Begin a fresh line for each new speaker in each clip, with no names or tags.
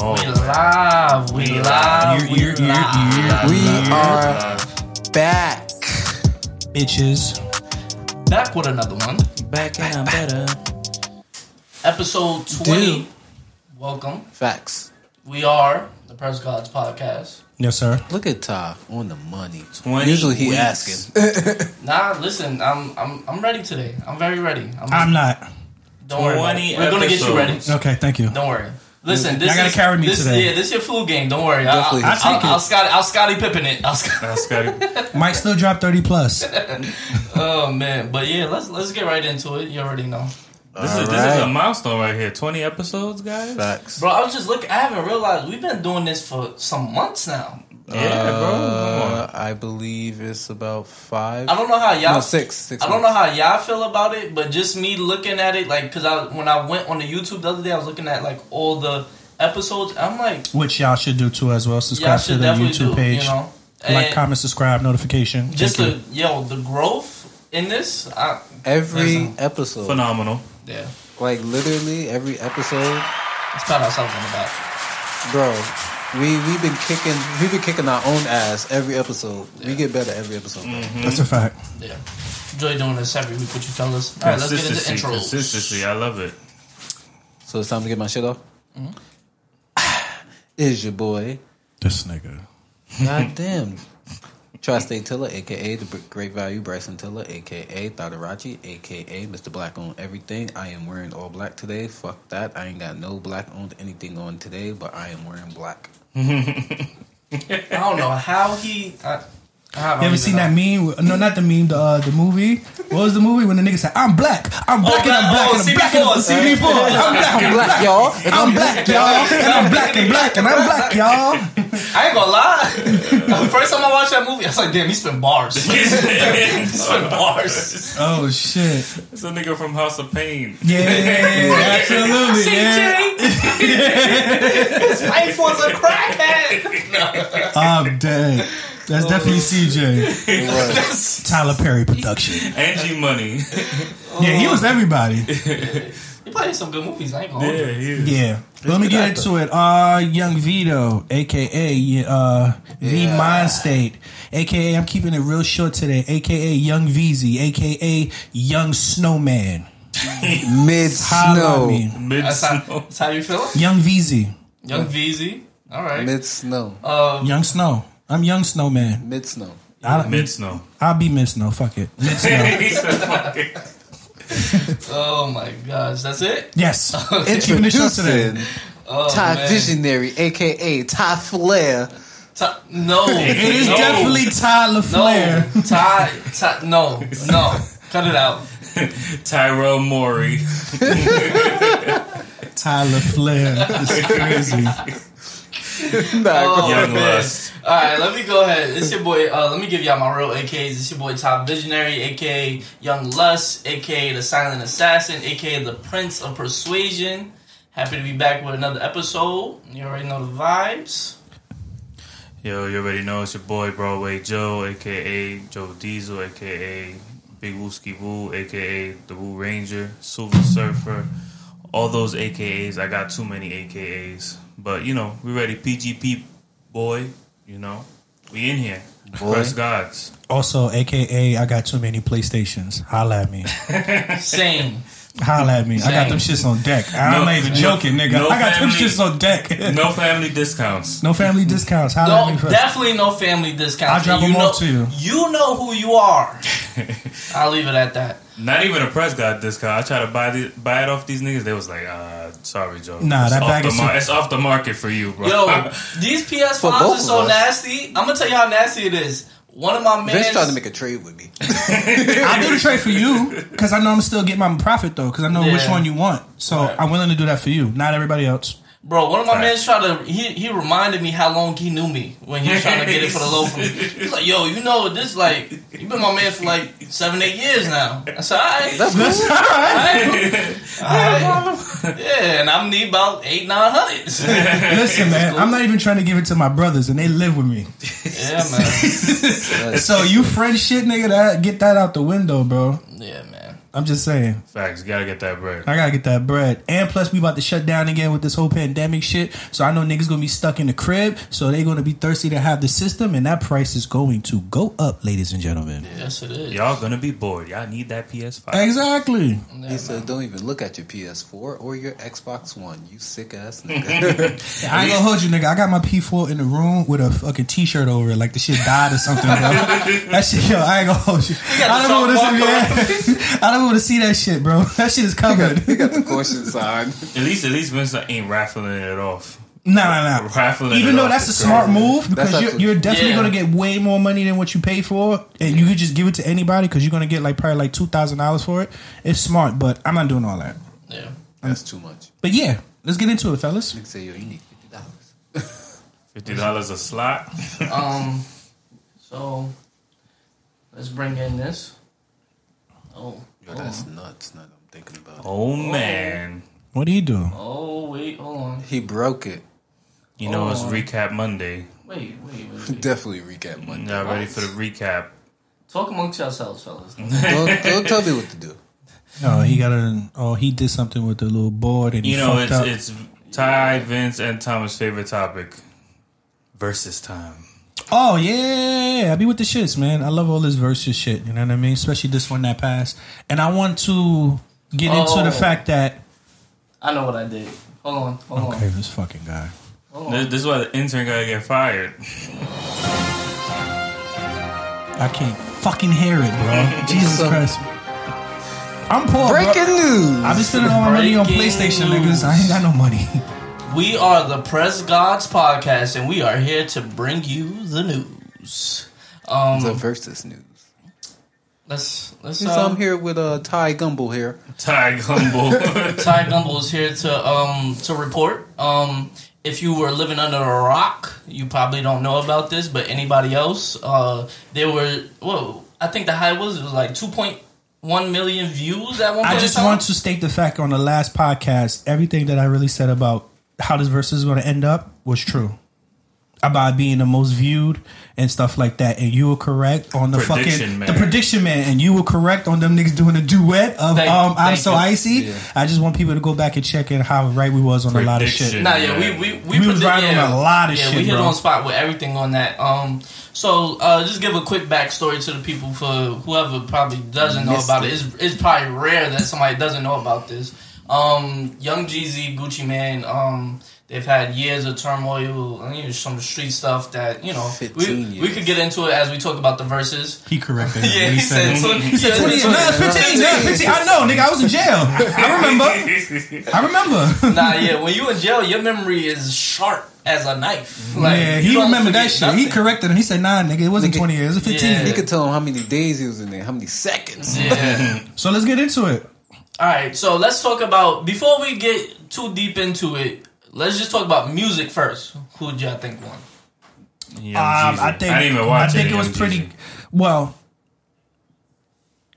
Oh.
We live. We live.
Year,
we
year, year,
live.
year.
We
Year.
are back, bitches.
Back with another one.
Back and I'm better.
Episode 20.
Dude.
Welcome.
Facts.
We are the Press Gods Podcast.
Yes, sir.
Look at Ty on the money.
20
Usually he
weeks.
asking.
Nah, listen, I'm I'm I'm ready today. I'm very ready. I'm,
I'm not.
don't worry. about
20
it. We're gonna get you ready.
episodes.
Okay, thank you.
Don't worry. Listen, this
Y'all gotta
is,
carry me
this,
today.
Yeah, this is your flu game. Don't worry. I,
Definitely.
I,
I
will
take it.
I'll Scotty. I'll Scotty Pippin it. I'll Scotty.
That's gotta-
Might still drop 30 plus.
Oh man, but yeah, let's let's get right into it. You already know,
this, is, this is a milestone right here. 20 episodes, guys?
Facts.
bro. I was just looking. I haven't realized we've been doing this for some months now.
Yeah, bro. Come on.
Uh, I believe it's about five.
I don't know how y'all.
no, six. Six.
I don't know how y'all feel about it, but just me looking at it, like, because I when I went on the YouTube the other day, I was looking at like all the episodes. I'm like,
Which y'all should do too as well.
y'all
Subscribe to
should
the
definitely
YouTube
do,
page.
you know,
Like,
And
comment, subscribe, notification.
just
Thank
the yo the growth in this. I,
Every
Listen.
episode,
Phenomenal.
yeah,
like literally every episode,
let's pat ourselves on the back.
bro. We we've been kicking we've been kicking our own ass every episode. We get better every episode. bro.
you. That's a fact.
Yeah, enjoy doing this every week with you fellas. All right, let's get into
Consistency,
intros.
Consistency. I love it.
So it's time to get my shit off. Is your boy
This nigga.
God damn. Tri-State Tiller, aka the Br- Great Value Bryson Tiller, aka Tadarachi, aka Mr. Black on everything. I am wearing all black today. Fuck that. I ain't got no black on anything on today, but I am wearing black.
I don't know how he. I, I don't
You ever
even
seen
know.
that meme? No, not the meme. The uh, the movie. What was the movie when the nigga said, "I'm black, I'm black, and I'm
black,
black,
oh,
and I'm black, and
CB4,
I'm CB4, I'm black,
I'm
I'm black,
black, y'all.
I'm black, y'all, and I'm black, and black, and I'm black, y'all."
I ain't gonna lie. the first time I watched that movie, I was like, damn, he spent bars. he spent bars.
Oh shit!
It's a nigga from House of Pain.
Yeah, absolutely. Yeah.
His wife was a crackhead.
I'm dead. That's
Oh.
definitely CJ
It was.
Tyler Perry production.
Angie Money.
Yeah, he was everybody.
He played some good movies, I ain't gonna
Yeah,
hold you.
he is.
Yeah. Let me get into it. Uh, Young Vito, aka uh, V
Yeah.
Mind State, aka I'm keeping it real short today, aka Young VZ, aka Young Snowman. Holla
Mid
at
snow.
me.
Mid
That's how,
snow.
that's how you feel?
Young VZ,
Young VZ. Alright.
Mid snow.
Um,
Young Snow. I'm Young Snowman.
Mid snow.
I'll,
Mid snow.
I'll be Mid Snow. Fuck it. Mid Snow.
He said, fuck it.
oh my gosh, that's it?
yes. Keeping it short today.
Introducing
Oh,
Ty
man.
Visionary, aka Ty Flair.
Ty- no.
It is
no,
definitely Tyler
No.
Flair.
Ty, Ty, no. No. Cut it out.
Tyrell Morey.
Tyler Flair. It's crazy.
Nah,
Oh,
Young
man.
Lust.
All right, let me go ahead. It's your boy. Uh, let me give y'all my real AKs. It's your boy Top Visionary, aka Young Lust, aka the Silent Assassin, aka the Prince of Persuasion. Happy to be back with another episode. You already know the vibes.
Yo, you already know it's your boy Broadway Joe, aka Joe Diesel, aka Big Wooski Woo, aka the Woo Ranger, Silver Surfer, all those AKAs. I got too many AKAs, but you know we ready. PGP boy, you know we in here.
Boy.
Press gods.
Also, aka I got too many PlayStations. Holla at me.
Same.
Holla at me. I got them shits on deck. I'm
No-
not even
no-
joking, nigga.
no
I got them
family-
shits on deck. No,
No family discounts.
family discounts. Holla at
No,
me first.
definitely no family discount.
I'll drop
you
them
know,
off to you.
You know who you are. I'll leave it at that.
Not even a press god discount. I tried to buy the, buy it off these niggas. They was like, uh, sorry, Joe.
Nah,
it's
that
off
bag
the
is
mar-
too-
it's off the market for you, bro.
Yo, these PS5s
For
are
both
so
of us.
nasty. I'm gonna tell you how nasty it is. One of my
Vince
men.
trying to make a trade with me.
I do the trade for you because I know I'm still getting my profit though because I know which
Yeah.
one you want. So
Right.
I'm willing to do that for you, not everybody else.
Bro, one of my
Right.
men's tried to. He he reminded me how long he knew me when he was trying to get it for the low for me. He's like, "Yo, you know this? Like, you've been my man for like seven, eight years now." I said, "All right,
That's cool.
all right, all right. yeah." And I'm need about eight, nine hundred.
Listen, man, I'm not even trying to give it to my brothers and they live with me.
yeah, man.
So you friend shit, nigga, that get that out the window, bro.
Yeah, man.
I'm just saying.
Facts. You gotta get that bread.
I gotta get that bread. And plus, we about to shut down again with this whole pandemic shit. So I know niggas gonna be stuck in the crib. So they gonna be thirsty to have the system, and that price is going to go up, ladies and gentlemen.
Yes, it is.
Y'all gonna be bored. Y'all need that PS5.
Exactly.
Yeah,
He said, "Don't even look at your PS4 or your Xbox One. You sick ass nigga."
I ain't gonna hold you, nigga. I got my P4 in the room with a fucking T-shirt over it, like the shit died or something, bro. that shit, yo, I ain't gonna hold you. I don't want to see that. I don't want to see that shit, bro. That shit is covered.
they got the caution sign.
At least, at least Vincent ain't raffling it off.
Nah, nah, nah.
Raffling
Even
it
though
off
that's a
is
smart
crazy.
move because
That's
you're,
actually-
you're definitely
Yeah.
going to get way more money than what you pay for, and you could just give it to anybody because you're going to get like probably like two thousand dollars for it. It's smart, but I'm not doing all that.
yeah.
That's too much.
But yeah, let's get into it, fellas.
Nigga say, "Yo, you need fifty dollars."
Fifty dollars a slot.
Um, so let's bring in this. Oh,
Yo, that's nuts. Now that I'm thinking about it.
Oh man,
What do you do?
oh, wait, hold on.
He broke it.
you know it's
Oh.
recap Monday.
Wait, wait, wait. wait.
Definitely recap Monday.
Y'all ready
What?
for the recap?
Talk amongst yourselves, fellas.
don't, don't tell me what to do.
Oh, he got a. Oh, he did something with the little board, and he
You know
fucked
it's
up.
it's Ty, Vince, and Thomas' favorite topic. Versus time.
oh yeah, I be with the shits, man. I love all this versus shit. You know what I mean? Especially this one that passed, and I want to get
Oh.
into the fact that
I know what I did. Hold on, hold on.
okay, this fucking guy.
Hold on.
Oh. This, this is why the intern gotta get fired.
I can't fucking hear it, bro. Jesus
So-
Christ. I'm poor.
Breaking
bro.
news.
I've been spending all my money on
Breaking
PlayStation,
news.
niggas. I ain't got no money.
We are the Press Gods podcast, and we are here to bring you the news.
The
Um,
versus news.
let's let's.
So
Um,
I'm here with uh, Ty Gumble here.
Ty Gumble.
Ty Gumble is here to um to report. Um, if you were living under a rock, you probably don't know about this, but anybody else, uh, there were whoa. I think the high was it was like two point one million views at one. Point
I just want to state the fact on the last podcast, everything that I really said about how this verse is going to end up was true. About being the most viewed and stuff like that, and you were correct on the
Prediction
fucking
man.
the prediction man, and you were correct on them niggas doing a duet of
Thank-
um I'm
thank
so
you.
icy.
Yeah.
I just want people to go back and check in how right we was on a lot of
Prediction.
shit.
Nah, yeah, we we we,
We was
predict-
riding
yeah,
on a lot of
yeah,
shit,
We hit
bro.
on spot with everything on that. Um, so uh, just give a quick backstory to the people for whoever probably doesn't know
Missed
about
it.
it. It's it's probably rare that somebody doesn't know about this. Um, Young Jeezy, Gucci Man, um, they've had years of turmoil and you know, some street stuff that you know we
15
we
years.
could get into it as we talk about the verses.
He corrected. it
Yeah,
when
he
it.
said twen- he said
20
twen-
No, it's 15. No, it's 15. I know, nigga. I was in jail. I remember. I remember.
Nah, yeah, when you in jail, your memory is sharp as a knife. Like,
yeah,
you
he
don't
remembered that
forget
shit. He
nothing.
corrected him. He said, nah, nigga, it wasn't
Nigga.
20 years. It was 15.
Yeah.
He could tell him how many days he was in there, how many seconds.
Yeah.
So let's get into it.
All right, so let's talk about before we get too deep into it. Let's just talk about music first. Who do y'all think won?
Young
Um,
Jeezy.
I think,
Oh, I didn't even watch
I think
any
it was
Young
pretty.
Jeezy.
Well,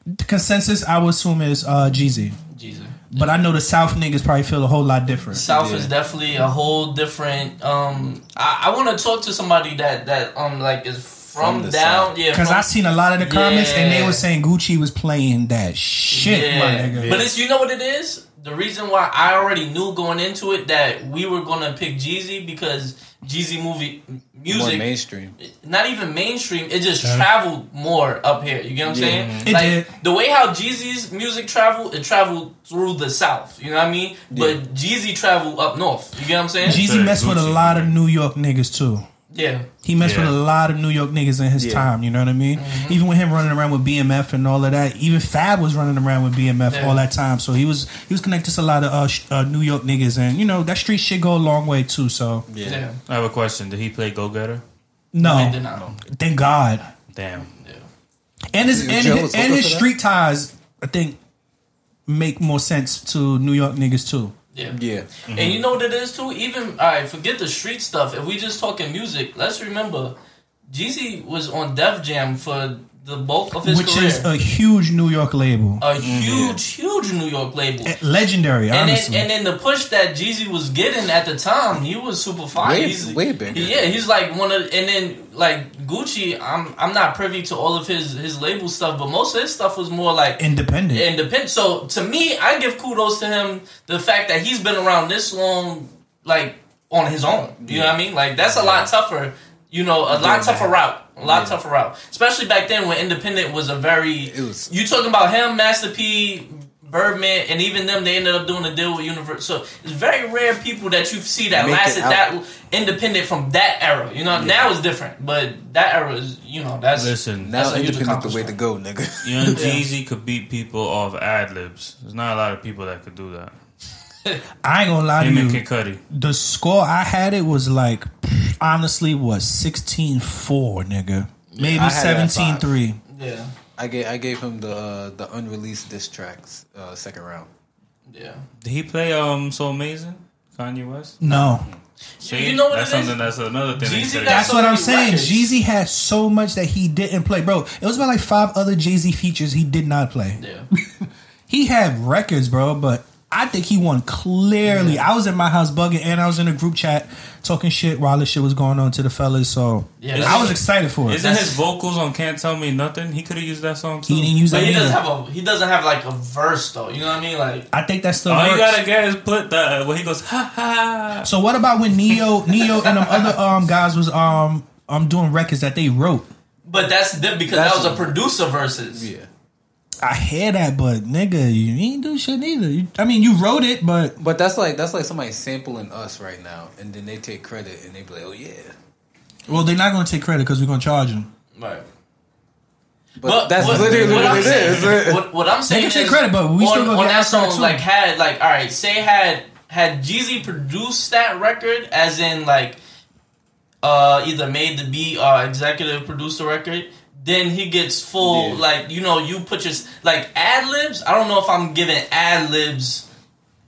the consensus I would assume is uh, Jeezy.
Jesus.
But I know the South niggas probably feel a whole lot different.
South
Yeah.
is definitely a whole different. Um, I, I want to talk to somebody that that um like is from,
From the
down.
South.
Yeah,
Because
from-
I seen a lot of the comments and they
Yeah.
were saying Gucci was playing that shit, my nigga.
But it's you know what it is? The reason why I already knew going into it that we were gonna pick Jeezy because Jeezy movie
More
music
mainstream.
not even mainstream. It just traveled more up here. You get what I'm saying?
It
like
did.
the way how Jeezy's music traveled, it traveled through the South. You know what I mean? But Jeezy traveled up north. You get what I'm saying?
Jeezy
Said
messed with a
Gucci.
lot of New York niggas too.
yeah.
He messed
Yeah.
with a lot of New York niggas in his
Yeah.
time. You know what I mean?
Mm-hmm.
Even with him running around with BMF and all of that. Even Fab was running around with BMF
Yeah.
all that time. So he was he was connected to a lot of uh, sh- uh, New York niggas, and you know that street shit go a long way too. So
Yeah.
I have a question. Did he play Go Getter?
They
no,
did not.
thank God.
Damn.
Yeah.
And his
You
and,
jealous
his,
of
and
us
his
for that?
street ties, I think, make more sense to New York niggas too.
Yeah.
Yeah.
And you know what it is too? Even all right, forget the street stuff. If we just talking music, let's remember Jeezy was on Def Jam for the bulk of his
which
career.
is a Mm-hmm. huge New York label,
a huge, huge New York label.
Eh, legendary.
Uh, And then,
honestly,
and then the push that Jeezy was getting at the time, he was super fire.
Way-
he's,
way bigger.
Yeah, he's like one of, and then like Gucci. I'm I'm not privy to all of his his label stuff, but most of his stuff was more like
independent.
independent. So to me, I give kudos to him the fact that he's been around this long, like on his own. You know what I mean? Like that's a lot tougher. You know, a lot tougher route. A lot tougher route, especially back then when independent was a very.
It was-
you talking about him, Master P, Birdman, and even them. They ended up doing a deal with Universal. So it's very rare people that you see that
Make it
lasted
out.
that independent from that era. You know, now it's different, but that era is you know that's
Listen,
Now
That's a huge
independent the way to go, nigga.
Young Jeezy could beat people off ad libs. There's not a lot of people that could do that.
I ain't gonna lie
Him
to
and
you.
Kid Cudi.
the score I had it was like honestly was 16-4, nigga. Maybe
I had it at five.
17-3.
yeah,
I gave I gave him the uh, the unreleased diss tracks uh, second round.
yeah.
Did he play um So Amazing? Kanye West?
No.
See,
you know what
that's
it is?
something that's another thing. they
Jeezy
said.
got
That's
so
what I'm
many
saying.
records.
Jeezy had so much that he didn't play, bro. It was about like five other Jay-Z features he did not play.
Yeah.
He had records, bro, but I think he won clearly. I was in my house bugging and I was in a group chat talking shit while this shit was going on to the fellas, so
Yeah.
I was excited for it.
Isn't his vocals on "Can't Tell Me Nothing"? He could have used that song too.
He didn't use that.
But he
either.
doesn't have a he doesn't have like a verse though. You know what I mean? Like
I think that's still
All you
works.
gotta get is put the when he goes ha ha.
So what about when Neo, Neo, and them other um guys was um um doing records that they wrote?
but that's different because
That's-
that was a producer versus.
Yeah,
I hear that, but nigga, you ain't do shit neither. You, I mean, you wrote it, but
but that's like that's like somebody sampling us right now, and then they take credit and they be like, oh yeah.
well, they're not gonna take credit because we're gonna charge them.
Right.
But, that's literally what,
I'm
it
saying,
is. It-
What, what I'm saying
can take
is
credit, but we
on,
still
on
gonna get
that
our credit
song
too.
like had like all right, say had had Jeezy produced that record as in like uh either made the beat or executive produced the record. Then he gets full,
Yeah.
like you know, you put your like ad libs. I don't know if I'm giving ad libs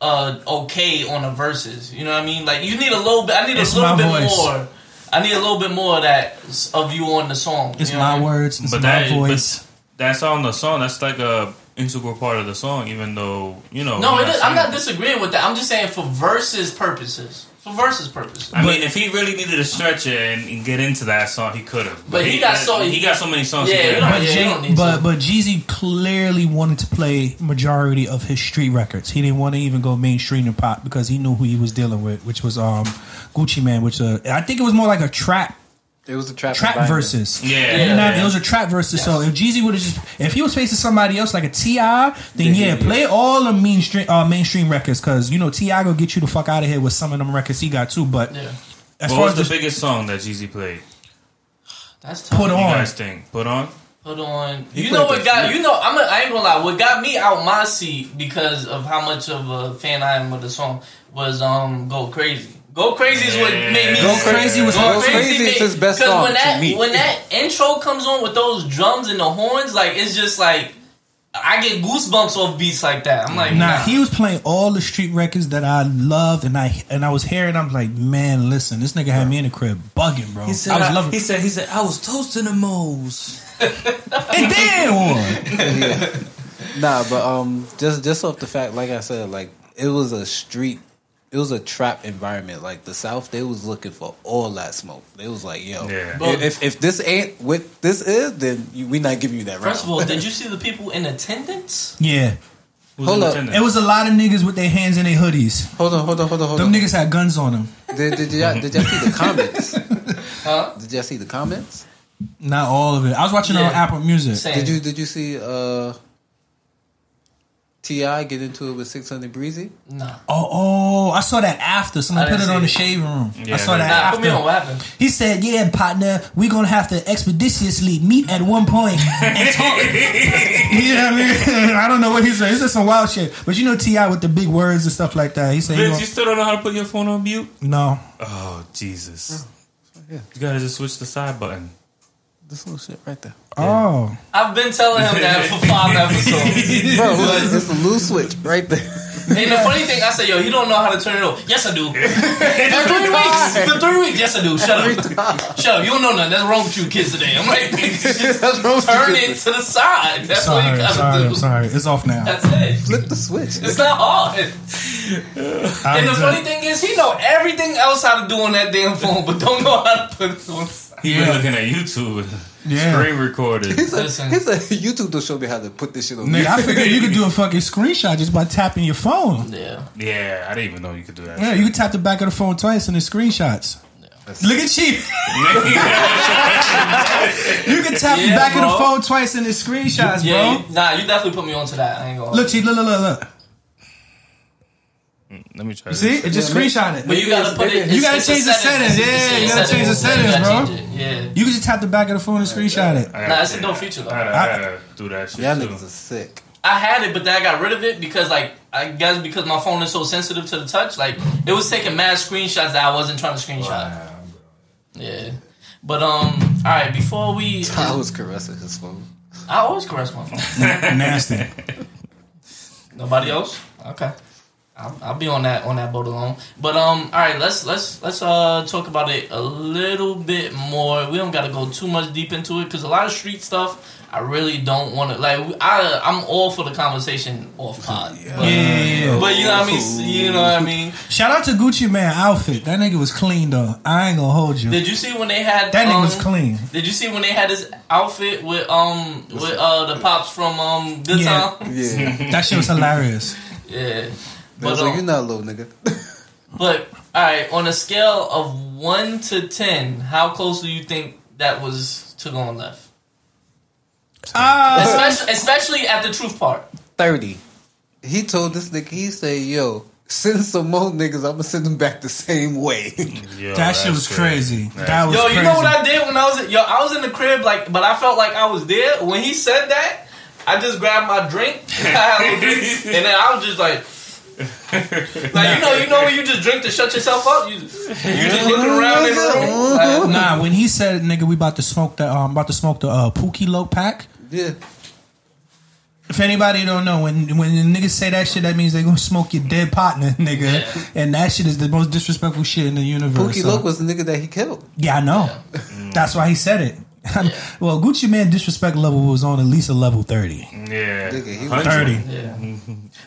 uh okay on the verses. You know what I mean? Like you need a little bit. I need
It's
a little
my
bit
voice.
more. I need a little bit more of that s- of you on the song.
It's
you know what I
my
mean?
words, it's
But
my
that
voice.
but that's on the song. That's like a integral part of the song, even though you know.
No,
we're
it is, I'm
saying-
not disagreeing with that. I'm just saying for versus purposes. For versus purposes.
I mean, if he really needed to stretch it and, and get into that song, he could have.
But he got so-
he got so many songs.
Yeah,
he
you
could
know,
have.
But,
yeah, you
Jay-
don't need
but
to.
but Jeezy clearly wanted to play majority of his street records. He didn't want to even go mainstream and pop because he knew who he was dealing with, which was um Gucci Man, which uh, I think it was more like a trap
It was a trap.
trap
banger.
versus.
yeah,
Yeah.
You know,
yeah.
it was a trap versus. So if Jeezy would have just, if he was facing somebody else like a Ti, then yeah,
yeah, yeah.
play all the mainstream uh, mainstream records because you know Ti gonna get you the fuck out of here with some of them records he got too. But
Yeah.
as
What
far
was
as
the
the
biggest song that Jeezy played?
That's tough.
put
You
on,
guys think? Put on.
Put on.
He
you know
played
what
that
got
shit.
you know I'm a, I ain't gonna lie. What got me out my seat because of how much of a fan I am of the song was um Go Crazy. Go Crazy is what
Yeah.
made me
Go
Crazy was-
Go Crazy is
made-
his best
'cause
song
When
to
that
me.
when that intro comes on with those drums and the horns, like it's just like I get goosebumps off beats like that. I'm like, nah,
nah, he was playing all the street records that I loved and I and I was hearing. I'm like, man, listen, this nigga had me in the crib bugging, bro. I was loving.
said. He said. I was toasting the moles.
And then one,
Nah, but um, just just off the fact, like I said, like it was a street, it was a trap environment. Like the South, they was looking for all that smoke. They was like, yo,
Yeah.
if if this ain't what this is, then you, we not giving you that.
First of all,
round.
did you see the people in attendance?
yeah,
Hold up.
it was a lot of niggas with their hands in their hoodies.
hold on, hold on, hold on, hold
Them
on.
niggas had guns on them.
Did, did y'all did y'all see the comments?
Huh?
Did y'all see the comments?
Not all of it. I was watching it on
Yeah.
Apple Music.
Same.
Did you did you see uh? Ti get into it with six hundred breezy.
Nah.
Oh, oh, I saw that after.
I
Somebody put
didn't
it
see
on the
it.
shaving room. I
Yeah,
saw that
that-
Nah,
after.
put me on what happened.
He said, "Yeah, partner, we're gonna have to expeditiously meet at one point and talk." you know what I mean? I don't know what he said. He said some wild shit, but you know Ti with the big words and stuff like that. He said, he
Vince, you
gon-
still don't know how to put your phone on mute?
"No,
Oh Jesus!
Yeah.
You gotta just switch the side button.
This little shit right there,
oh,
I've been telling him that for five episodes.
bro. It's a loose switch right there.
And the funny thing, I said, yo, he don't know how to turn it off. Yes, I do. For three weeks. For three weeks. Yes, I do. Shut up. Shut up. You don't know nothing. That's wrong with you kids today. I'm like, just
That's wrong with you
turn
kids
it to the side. That's what you
Sorry,
gotta
sorry,
do.
I'm sorry. It's off now.
That's it.
Flip the switch.
It's not hard. And the funny thing is, he know everything else how to do on that damn phone, but don't know how to put it on.
We're
yeah,
looking at YouTube.
Yeah.
Screen recorded.
He said,
Listen.
he said, YouTube don't show me how to put this shit on.
nigga, I figured you could do a fucking screenshot just by tapping your phone.
Yeah.
Yeah, I didn't even know you could do that.
Yeah, you can tap the back of the phone twice and the screenshots. Look at you. You can tap the
Yeah,
back of the
bro.
phone twice in the screenshots,
Yeah.
bro.
you- nah, you definitely put me onto that. I ain't gonna.
Look, Chief, look, look, look, look.
Let me try.
See,
this.
it just
Yeah, man.
screenshot it.
but you gotta put it.
You
it's-
gotta
it's
change the settings. Yeah, you
It's
gotta change the
gotta
settings,
change it. Yeah.
You can just tap the back of the phone and screenshot it.
I gotta
Nah, it's a
do
dope
that.
feature, though.
I gotta, I gotta do that shit.
Y'all
too.
niggas are sick.
I had it, but then I got rid of it because, like, I guess because my phone is so sensitive to the touch, like, it was taking mad screenshots that I wasn't trying to screenshot. Yeah. But, um, alright, before we.
I was caressing his phone.
I always caress my phone.
Nasty.
Nobody else? Okay. I'll, I'll be on that on that boat alone. But um, all right, let's let's let's uh talk about it a little bit more. We don't got to go too much deep into it because a lot of street stuff I really don't want to like. I I'm all for the conversation off pod. But,
Yeah, yeah, yeah.
but you know what I mean. You know what I mean.
Shout out to Gucci Man outfit. That nigga was clean though. I ain't gonna hold you.
Did you see when they had
That nigga
um,
was clean.
Did you see when they had this outfit with um with uh the pops from um Good
Yeah.
Time?
Yeah.
That shit was hilarious.
Yeah.
I was like,
um,
you're not low, nigga.
But all right, on a scale of one to ten, how close do you think that was to going left?
Ah,
Especially, especially at the truth part.
30. He told this nigga, he said, yo, send some more niggas. I'm going to send them back the same way.
Yo,
that shit was
that's
crazy.
That's
That was
Yo,
crazy.
you know what I did when I was yo, I was in the crib like, but I felt like I was there when he said that. I just grabbed my drink, I had a little drink, and then I was just like. like you know, you know when you just drink to shut yourself up, you, you just looking around in the room. Like, nah,
Nah, when he said, "Nigga, we about to smoke the um, about to smoke the uh, Pookie Low pack."
yeah.
If anybody don't know, when when the niggas say that shit, that means they gonna smoke your dead partner, nigga. And that shit is the most disrespectful shit in the universe.
Pookie Mm.
so-
Loke was the nigga that he killed.
Yeah, I know. That's why he said it. well, Gucci Man disrespect level was on at least a level thirty.
Yeah,
Nigga, he was
100.
Thirty.
Yeah.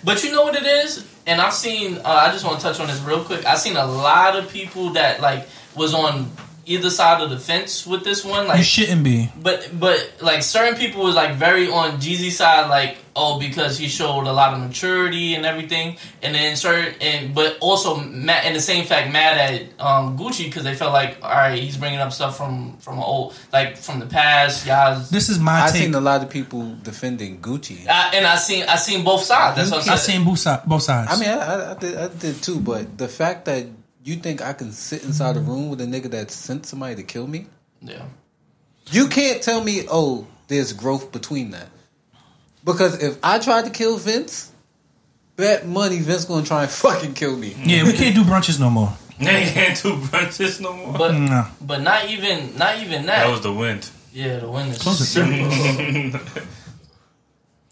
But you know what it is, and I've seen. Uh, I just want to touch on this real quick. I've seen a lot of people that like was on either side of the fence with this one.
You
Like,
shouldn't be.
but but like certain people was like very on Jeezy's side, like oh because he showed a lot of maturity and everything, and then certain and but also mad in the same fact mad at um, Gucci because they felt like all right he's bringing up stuff from from old like from the past, y'all.
This is my
I
take.
seen a lot of people defending Gucci.
I, and I seen I seen both sides. That's what I'm saying.
I've seen both, si- both sides.
I mean, I, I, I, did, I did too, but the fact that you think I can sit inside a room with a nigga that sent somebody to kill me,
yeah.
you can't tell me, oh, there's growth between that. Because if I tried to kill Vince, bet money Vince gonna try and fucking kill me.
yeah, we can't do brunches no more.
They can't do brunches no more.
But
No.
But not even, not even that.
that was the wind.
yeah, the wind is
Close it.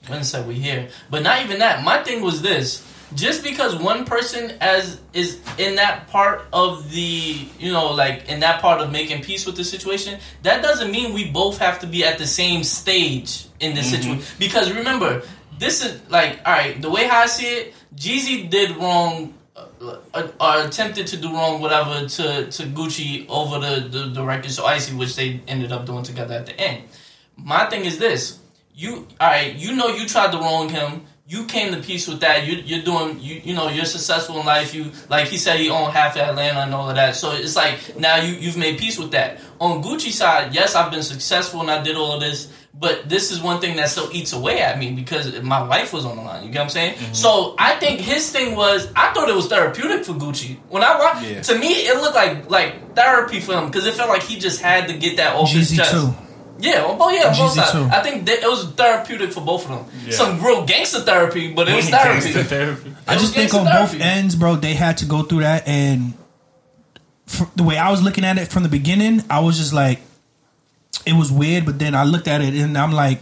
wind said we here. But not even that. My thing was this: just because one person as is in that part of the, you know, like in that part of making peace with the situation, that doesn't mean we both have to be at the same stage in this situation. Because remember, this is like, all right, the way how I see it, Jeezy did wrong. uh, uh, Or attempted to do wrong, whatever, to, to Gucci over the, the, the record, so icy, which they ended up doing together at the end. My thing is this: you, all right, you know, you tried to wrong him. You came to peace with that. You, you're doing, you, you know, you're successful in life. You, like he said, he owned half of Atlanta and all of that. So it's like now you, you've made peace with that. On Gucci's side, yes, I've been successful and I did all of this, but this is one thing that still eats away at me because my life was on the line. You get what I'm saying? So I think his thing was, I thought it was therapeutic for Gucci. When I watched,
Yeah.
to me, it looked like like therapy for him because it felt like he just had to get that off his
GZ
chest.
too.
Yeah, on both, yeah, on both
GZ
sides.
too.
I think that it was therapeutic for both of them.
Yeah.
Some real gangster therapy, but it was therapy.
Gangsta therapy.
I just think on both ends, bro, they had to go through that. And fr the way I was looking at it from the beginning, I was just like, it was weird. But then I looked at it and I'm like,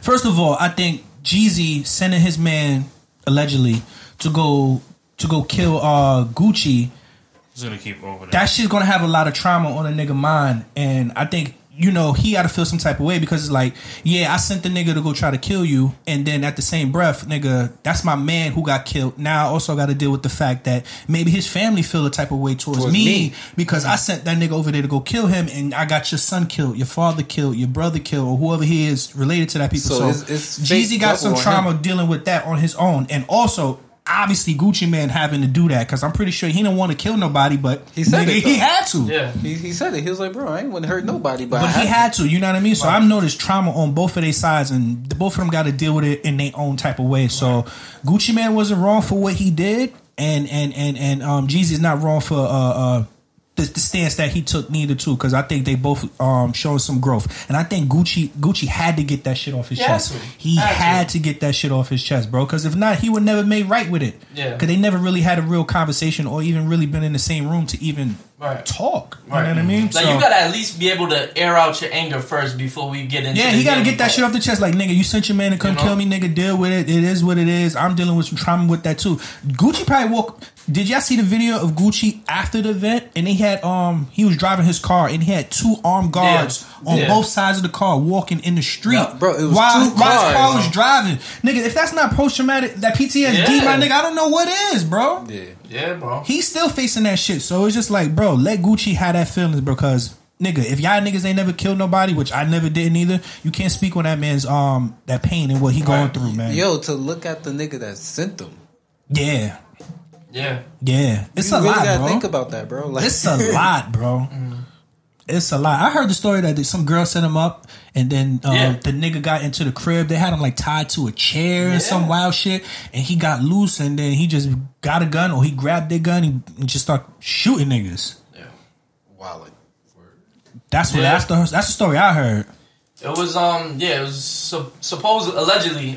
first of all, I think Jeezy sending his man allegedly to go to go kill uh Gucci,
Just gonna keep over
that shit's gonna have a lot of trauma on a nigga mind, and I think you know he gotta feel some type of way because it's like, yeah, I sent the nigga to go try to kill you, and then at the same breath, nigga, that's my man who got killed. Now I also got to deal with the fact that maybe his family feel a type of way towards,
Towards
me,
me.
because I sent that nigga over there to go kill him, and I got your son killed, your father killed, your brother killed, or whoever he is related to that people.
So
So,
it's- it's
Jeezy
fake
got some
double on
trauma
him.
dealing with that on his own, and also. Obviously, Gucci Man having to do that because I'm pretty sure he didn't want to kill nobody, but
He said
nigga,
it,
he
though.
had to.
Yeah.
He, he said it. He was like, bro, I ain't want to hurt nobody, but, I
But he
to.
had to, you know what I mean? So I've noticed trauma on both of their sides, and the both of them got to deal with it in their own type of way. So Gucci Man wasn't wrong for what he did, and and and and um, Jeezy's not wrong for uh, uh, the, the stance that he took neither too, because I think they both um, showed some growth, and I think Gucci Gucci had to get that shit off his
He had
chest.
to.
He
Had to.
had to get that shit off his chest, bro. Because if not, he would never made right with it.
Yeah.
because they never really had a real conversation or even really been in the same room to even
Right.
talk. You
Right.
know what I mean?
Like
So-
you gotta at least be able to air out your anger first before we get into.
yeah,
the
he got to
heavy
get that
part.
shit off the chest. Like, nigga, you sent your man to come
You know?
kill me, nigga. Deal with it. It is what it is. I'm dealing with some trauma with that too. Gucci probably walk. Did y'all see the video of Gucci after the event? And he had um he was driving his car and he had two armed guards
Yeah.
on
Yeah.
both sides of the car walking in the street.
Yeah, bro, it was
while,
two
while his car
cars.
was driving, nigga. If that's not post traumatic, that PTSD,
Yeah.
my nigga, I don't know what is, bro
Yeah.
Yeah, bro.
he's still facing that shit. So it's just like, bro, let Gucci have that feelings because nigga, if y'all niggas ain't never killed nobody, which I never did neither, you can't speak on that man's um that pain and what he going
Right.
through, man.
Yo, to look at the nigga that sent them.
Yeah.
Yeah.
Yeah. It's
you
a
really
lot,
gotta
bro.
think about that, bro. Like,
it's a lot, bro. It's a lot. I heard the story that some girl set him up, and then um,
Yeah.
the nigga got into the crib. They had him like tied to a chair and some
Yeah.
wild shit, and he got loose, and then he just got a gun or he grabbed their gun and and just started shooting niggas.
Yeah.
wallet.
That's what
Yeah.
that's the that's the story I heard.
It was um yeah it was su- supposed allegedly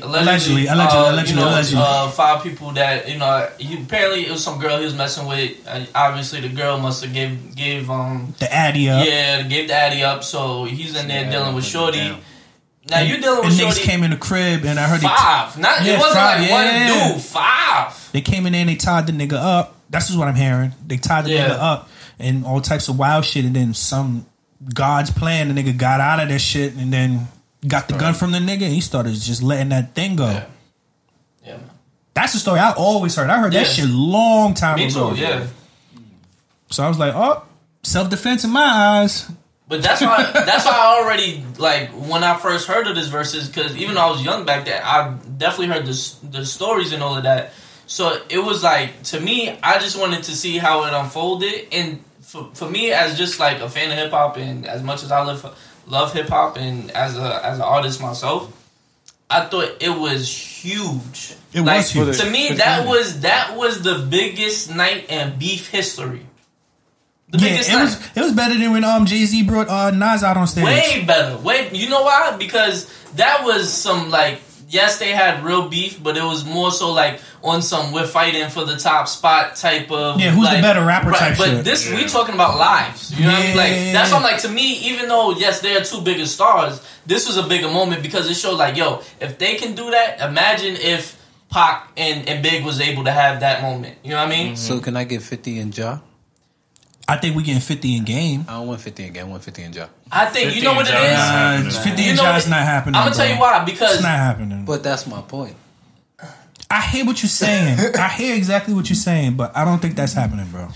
allegedly
Allegedly, allegedly,
uh,
allegedly,
you know,
allegedly.
Uh, five people that you know he, apparently it was some girl he was messing with and obviously the girl must have gave gave um
The Addy up.
yeah gave the addy up so he's in there
Yeah,
dealing with
put it
shorty
down.
now you're dealing
and
with
niggas
shorty
came in the crib and I heard they,
five not
Yeah,
it wasn't
five,
like
yeah.
one dude five
they came in there and they tied the nigga up. That's just what I'm hearing. They tied the
Yeah.
nigga up and all types of wild shit. And then some God's plan. The nigga got out of that shit and then got the gun from the nigga and he started just letting that thing go.
yeah yeah man.
That's the story I always heard. I heard that
Yeah.
shit long time
me
ago.
too yeah.
So I was like, oh, self defense in my eyes.
But that's why that's why I already like when I first heard of this versus because even though I was young back then, I definitely heard the s- the stories and all of that. So it was like to me, I just wanted to see how it unfolded, and for, for me as just like a fan of hip hop and as much as I love love hip hop and as a as an artist myself, I thought it was huge.
It
Like,
was huge.
to me.
For the
That
time.
was that was the biggest night in beef history. The
Yeah,
biggest
it
night.
was it was better than when um Jay Z brought uh, Nas out on stage.
Way better. Way. You know why? Because that was some like. Yes, they had real beef, but it was more so like on some we're fighting for the top spot type of
Yeah, who's the
like-
better rapper
right,
type
But
shit.
this we talking about lives, you know what I mean?
Yeah.
Like that's what I'm like to me. Even though yes, they are two bigger stars, this was a bigger moment because it showed like yo, if they can do that, imagine if Pac and, and Big was able to have that moment. You know what I mean?
So can I get 50 in Ja?
I think we getting fifty in game.
I don't want 50 in Ja. I want 50 in Ja.
I think you know what it is.
15 Nah,
Uh,
nah.
fifty
You
and
know
Ja's
what-
not happening.
I'm gonna tell
bro.
you why because
It's not happening.
But that's my point.
I hear what you're saying. I hear exactly what you're saying, but I don't think that's happening, bro.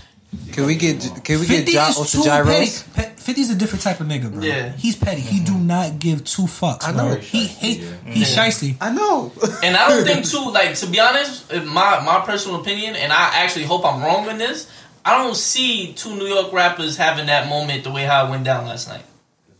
Can we get can we get Ja off the gyros?
petty. Pe- 50 is a different type of nigga, bro.
Yeah.
He's petty. He do not give two fucks,
Mm-hmm. I
bro.
know.
He hate. He's shicey.
I know.
And I don't think too, like to be honest, in my my personal opinion, and I actually hope I'm wrong in this. I don't see two New York rappers having that moment the way how it went down last night.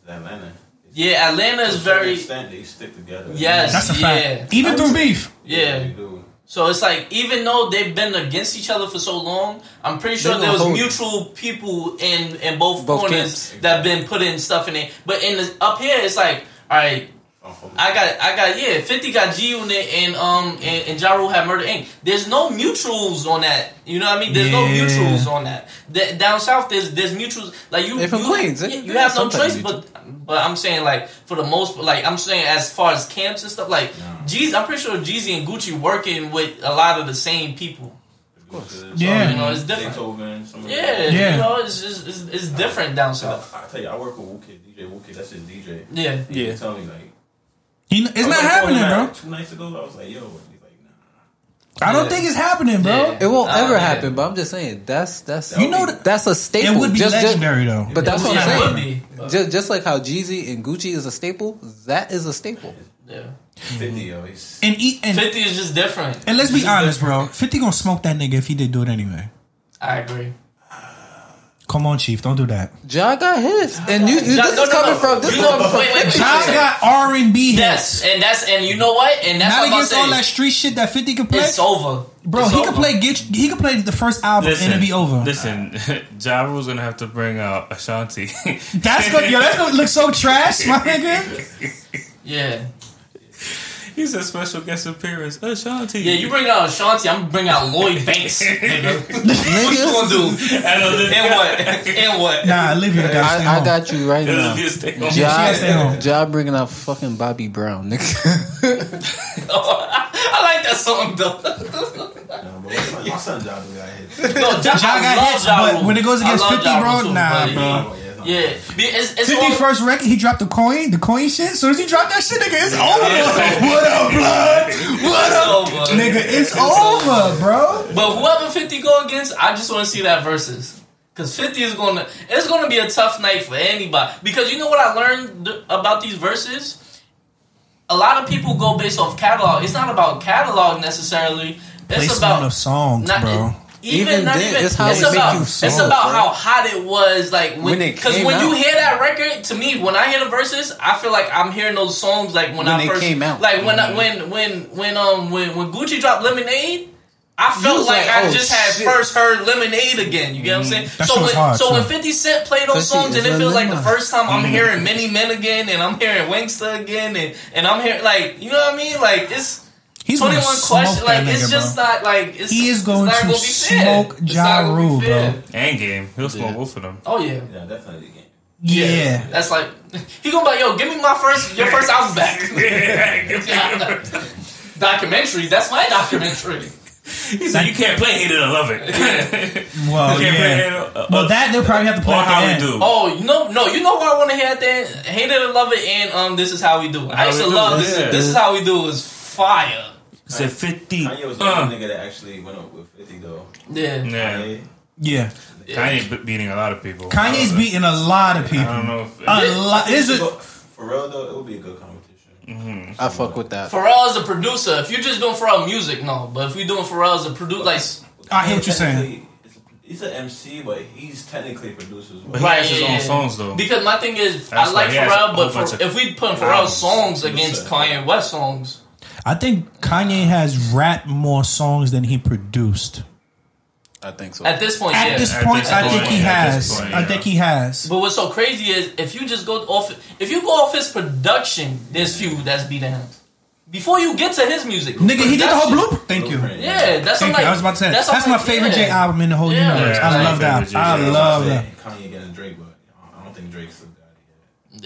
Atlanta.
Yeah, Atlanta is
To a certain
very
extent, they stick together.
Yes.
That's a
Yeah.
fact. Even through beef.
They
yeah.
do.
So it's like even though they've been against each other for so long, I'm pretty sure
They
there
gonna
was
hold it.
mutual people in in both,
Both
corners
camps.
that been putting stuff in it. But in the, up here, it's like all right,
I'm from-
I got, I got, yeah. Fifty got G Unit and um and, and Ja Rule had Murder Inc. There's no mutuals on that. You know what I mean? There's no
Yeah.
mutuals on that. Th- down south, there's there's mutuals like you.
They're from
you,
Queens.
yeah,
They-
you
they
have no
got some type
choice,
of
but but I'm saying like for the most, like I'm saying as far as camps and stuff, like
Nah.
Jeez, I'm pretty sure Jeezy and Gucci working with a lot of the same people.
Yeah.
You know, it's different.
Beethoven, some of the-
Yeah,
Yeah.
you know, it's just it's, it's different down south.
I, I tell you, I work with Wu Kid, DJ Wu Kid. That's his DJ.
Yeah.
He
Yeah.
Tell me like
You know, it's
I
not
was like,
happening,
oh,
bro.
like, Two nights ago, I was like, yo, and he's like, nah.
I don't
Yeah.
think it's happening, bro.
Yeah.
It won't
Nah,
ever
yeah.
happen, but I'm just saying that's that's
You know that-
that's a staple.
It would be
Just- just-
legendary though.
but that's
It
what I'm
would
saying.
be, but-
Just, just like how Jeezy and Gucci is a staple, that is a staple.
yeah.
Fifty, yo, he's
and, eat, and
Fifty is just different.
and let's be
It's just
honest, bro. Fifty gonna smoke that nigga if he did do it anyway.
different. I agree.
Come on, Chief, don't do that.
Ja got hits, and you, you
Ja-
this
no,
is
no,
coming
no.
from this is
You-
coming from
wait, wait,
50.
Ja-
Nas got R and B
Yes,
hits.
and that's and you know what? And that's
Not
what I'm
against all
saying.
that street shit that Fifty could play,
it's over,
bro.
It's
he
over.
could play. Get, he could play the first album and it'd be over.
Listen, Ja Rule's gonna have to bring out Ashanti.
That's gonna yo, that's gonna look so trash, my nigga.
Yeah,
He's a special guest appearance. Ashanti.
yeah. You bring out Ashanti, I'm bringing out Lloyd Banks. nigga. what you
Niggas,
gonna do?
At Olivia.
And what? And what?
Nah, Olivia got stay
I, I
home.
got you right now.
Olivia stay home.
she gotta stay
Ja,
home.
ja bringing out fucking Bobby Brown, nigga.
I like that song though.
nah, but my son- my son John got hit.
No, Ja,
Ja
I
got
love
hits,
Ja
but
Rule.
when it goes
I
against
love
50,
Ja Rule
bro, nah,
but-
bro.
Uh,
Oh,
Yeah, it's, it's
Fifty
all-
first record, he dropped the coin, the coin shit. So as he dropped that shit, nigga, it's over. what up, blood? What up,
it's over.
nigga? It's over, bro.
But whoever 50 go against, I just want to see that versus. Because 50 is going to, it's going to be a tough night for anybody. Because you know what I learned th- about these verses? A lot of people go based off catalog. It's not about catalog necessarily. It's
Placement
about
of songs,
not-
bro.
Even,
Even
not
then,
even.
it's how
it's
it make
about,
you
it's
soul,
about
bro.
how hot it was. Like when,
When it
because
came
when you
out.
hear that record, to me, when I hear the verses, I feel like I'm hearing those songs like when,
When
I
they
first
came out.
Like
Mm-hmm.
when I, when when when um when when Gucci dropped Lemonade, I felt
was
like,
like,
I
"Oh,
just had
shit." Mm-hmm.
first heard Lemonade again. You get what I'm saying?
That
so
shit was
when,
hard,
so
too.
when 50 Cent played those
50
songs, and
is
it
a Mm-hmm.
feels like the
lemon.
first time I'm hearing Many Men again, and I'm hearing Wingsta again, and and I'm hearing like you know what I mean? Like it's
He's
21
gonna smoke
question.
that
Like
nigga,
it's just
bro.
not like it's,
He is
it's
going
not
to
gonna be fair.
smoke
It's
Ja
not gonna be
Rule,
fair.
bro.
And game. He'll smoke both of them.
Oh yeah.
Yeah, definitely the game.
Yeah.
That's like he gonna be like, yo, give me my first your first album back. documentary, that's my documentary.
He said, you can't play Hate It or Love It. you
Well,
can't play Hate It
Oh, yeah.
or, uh,
Well, that they'll probably have to play
or
at the
How We
end.
Do.
Oh, you know no, you know what I wanna hear at the end? Hate it or love it and um this is how we do it. I
How
used
We
to
Do
love
It,
this
yeah.
this is how we do it is fire.
He said 50.
Kanye was the
Uh,
only nigga that actually went up with fifty though.
Yeah.
yeah.
Kanye,
Yeah,
Kanye be- beating a lot of people. I
Kanye's
don't know.
beating a lot of people.
I don't know if.
A lot. Is it?
But for real though, it would be a good competition.
I fuck with that.
Pharrell is a producer. If you're just doing Pharrell music, no. But if we doing Pharrell as a producer, like
I hear what you're saying.
Technically, it's a- He's an MC, but he's technically a producer as well.
he has his
yeah,
own
yeah.
songs, though.
Because my thing is,
That's
I like
why he has a
Pharrell,
whole
but
bunch
for,
of
if we put
albums.
Pharrell's songs against Kanye West songs,
I think Kanye has rapped more songs than he produced.
I think so.
At this point,
At
yeah.
this
At
point,
this
I think
point,
he
at
has.
this point,
I
yeah.
think he has.
but what's so crazy is if you just go off, if you go off his production, there's few that's beat him. Before you get to his music,
Nigga, he did the whole
production-
blueprint. Thank you.
Blueprint.
Yeah, that's what
Thank
I'm
you.
like,
I was about to say that's,
what I'm
my
like,
favorite J
yeah.
album in the whole
Yeah.
universe.
Yeah,
I
my
love
favorite
that.
J
I
album.
love
Say
that.
Kanye getting Drake, but I don't think Drake's the guy.